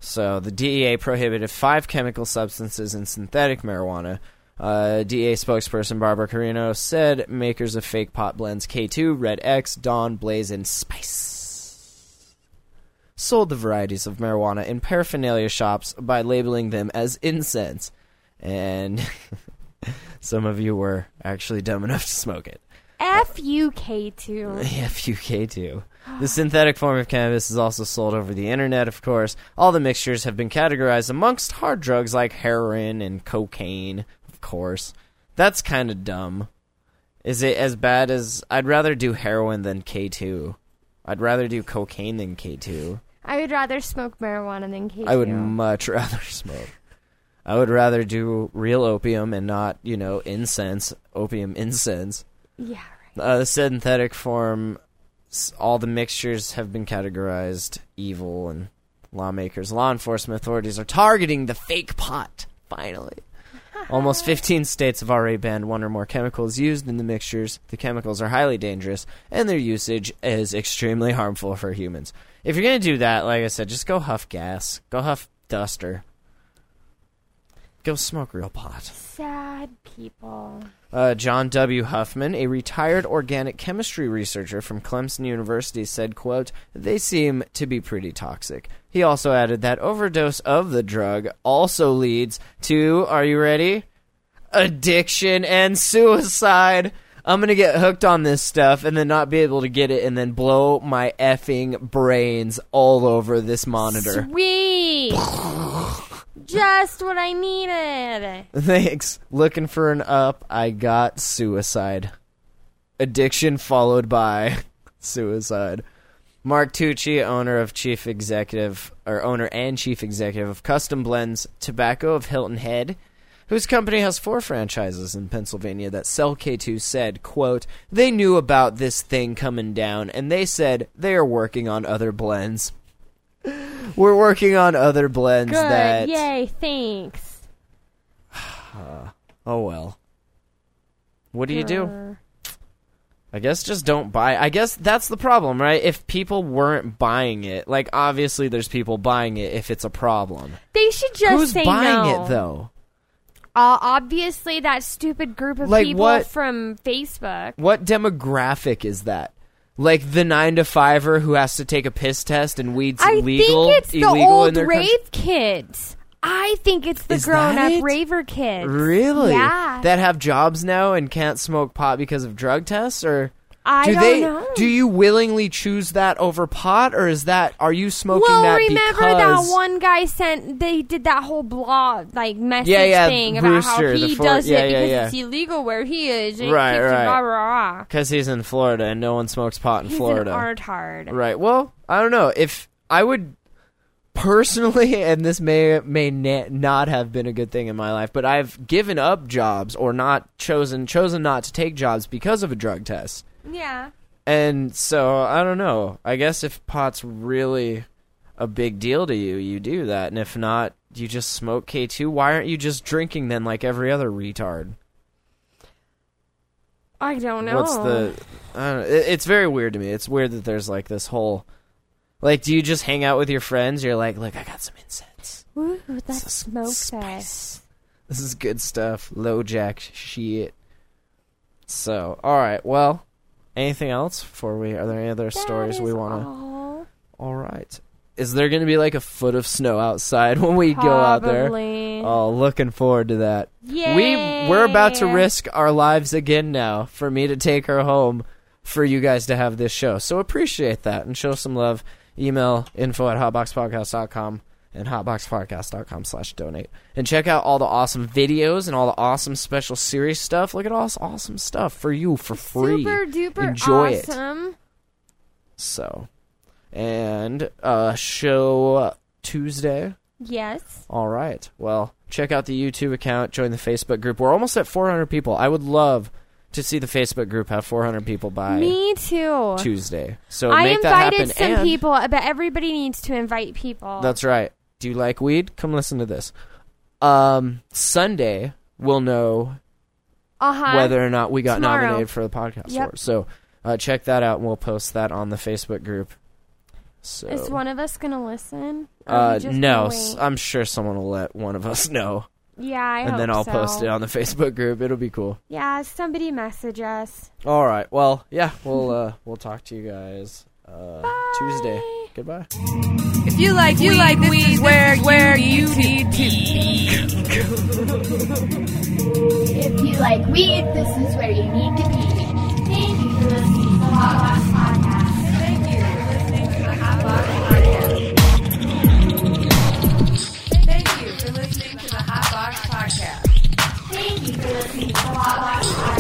S6: so the dea prohibited five chemical substances in synthetic marijuana uh, DEA spokesperson Barbara Carino said makers of fake pot blends K2, Red X, Dawn, Blaze, and Spice sold the varieties of marijuana in paraphernalia shops by labeling them as incense. And some of you were actually dumb enough to smoke it.
S7: F U K2.
S6: Yeah, FUK2. The synthetic form of cannabis is also sold over the internet, of course. All the mixtures have been categorized amongst hard drugs like heroin and cocaine, of course. That's kind of dumb. Is it as bad as. I'd rather do heroin than K2. I'd rather do cocaine than K2.
S7: I would rather smoke marijuana than K2.
S6: I would much rather smoke. I would rather do real opium and not, you know, incense, opium incense.
S7: Yeah, right.
S6: Uh, the synthetic form, s- all the mixtures have been categorized evil, and lawmakers, law enforcement authorities are targeting the fake pot. Finally, Almost 15 states have already banned one or more chemicals used in the mixtures. The chemicals are highly dangerous, and their usage is extremely harmful for humans. If you're going to do that, like I said, just go huff gas, go huff duster, go smoke real pot.
S7: Sad people.
S6: Uh, John W. Huffman, a retired organic chemistry researcher from Clemson University, said, quote, They seem to be pretty toxic. He also added that overdose of the drug also leads to, are you ready? Addiction and suicide. I'm going to get hooked on this stuff and then not be able to get it and then blow my effing brains all over this monitor.
S7: Sweet. Just what I needed.
S6: Thanks. Looking for an up. I got suicide. Addiction followed by suicide. Mark Tucci, owner of chief executive or owner and chief executive of Custom Blends Tobacco of Hilton Head, whose company has four franchises in Pennsylvania that sell K2 said, quote, "They knew about this thing coming down and they said they are working on other blends." We're working on other blends
S7: Good.
S6: that
S7: Yay. Thanks.
S6: Oh well. What do you
S7: Uh.
S6: do? I guess just don't buy. I guess that's the problem, right? If people weren't buying it, like obviously there's people buying it if it's a problem.
S7: They should just
S6: Who's
S7: say
S6: buying
S7: no.
S6: it though?
S7: Uh, obviously, that stupid group of
S6: Like
S7: people
S6: what?
S7: from Facebook.
S6: What demographic is that? Like the 9 to 5er who has to take a piss test and weeds
S7: I
S6: legal
S7: think it's the
S6: illegal in
S7: old
S6: their
S7: rave
S6: country?
S7: kids. I think it's the
S6: Is that
S7: grown up
S6: it?
S7: raver kids.
S6: Really?
S7: Yeah.
S6: That have jobs now and can't smoke pot because of drug tests or
S7: I
S6: do
S7: don't
S6: they
S7: know.
S6: do you willingly choose that over pot or is that are you smoking
S7: well,
S6: that
S7: remember
S6: because
S7: that one guy sent? They did that whole blog like message
S6: Yeah, yeah,
S7: thing
S6: Brewster,
S7: about how
S6: the
S7: he
S6: for-
S7: does
S6: yeah,
S7: it
S6: yeah,
S7: because
S6: yeah.
S7: it's illegal where he is. and it
S6: Right,
S7: keeps him
S6: right.
S7: Blah, blah, blah.
S6: cuz he's in Florida and no one smokes pot in
S7: He's
S6: Florida.
S7: an art hard.
S6: Right. Well, I don't know if I would personally, and this may may na- not have been a good thing in my life, but I've given up jobs or not chosen chosen not to take jobs because of a drug test.
S7: Yeah.
S6: And so I don't know. I guess if pot's really a big deal to you, you do that, and if not, you just smoke K two. Why aren't you just drinking then, like every other retard?
S7: I don't know.
S6: What's the? I don't know. It, it's very weird to me. It's weird that there's like this whole, like, do you just hang out with your friends? You're like, look, I got some incense,
S7: Ooh, let's
S6: s-
S7: smoke that.
S6: spice. This is good stuff. Low jack shit. So, all right. Well, anything else before we? Are there any other stories
S7: That
S6: we
S7: is
S6: want to?
S7: all.
S6: All right. Is there going to be like a foot of snow outside when we go out there?
S7: Probably.
S6: Oh, looking forward to that. We we're about to
S7: Yay.
S6: risk our lives again now for me to take her home for you guys to have this show. So appreciate that and show some love. Email info at hotboxpodcast.com and hotboxpodcast.com slash donate. And check out all the awesome videos and all the awesome special series stuff. Look at all this awesome stuff for you for free.
S7: Super duper
S6: Enjoy it.
S7: awesome.
S6: So, and uh, show Tuesday.
S7: Yes.
S6: All right. Well, check out the YouTube account, join the Facebook group. We're almost at 400 people. I would love to see the Facebook group have 400 people by
S7: Me too.
S6: Tuesday. So
S7: I
S6: make that
S7: invited
S6: happen.
S7: some
S6: and
S7: people, but everybody needs to invite people.
S6: That's right. Do you like weed? Come listen to this. Um, Sunday we'll know
S7: uh-huh.
S6: whether or not we got
S7: Tomorrow.
S6: nominated for the podcast
S7: Yep.
S6: award. So uh, check that out, and we'll post that on the Facebook group. So
S7: Is one of us gonna listen? Or are we
S6: uh,
S7: just
S6: no,
S7: gonna
S6: s-
S7: wait?
S6: I'm sure someone will let one of us know,
S7: yeah, I
S6: and then
S7: hope
S6: I'll
S7: so.
S6: post it on the Facebook group. It'll be cool.
S7: Yeah, somebody message us.
S6: All right. Well, yeah, we'll uh, we'll talk to you guys uh, Tuesday. Goodbye.
S1: If you like, you like this is where where you need to be.
S8: If you like weed, this is where you need to be. Thank you for listening to the Hot Box Podcast.
S1: Thank you for listening to the Hot Box Podcast.
S8: Thank you for listening to the Hot Box Podcast.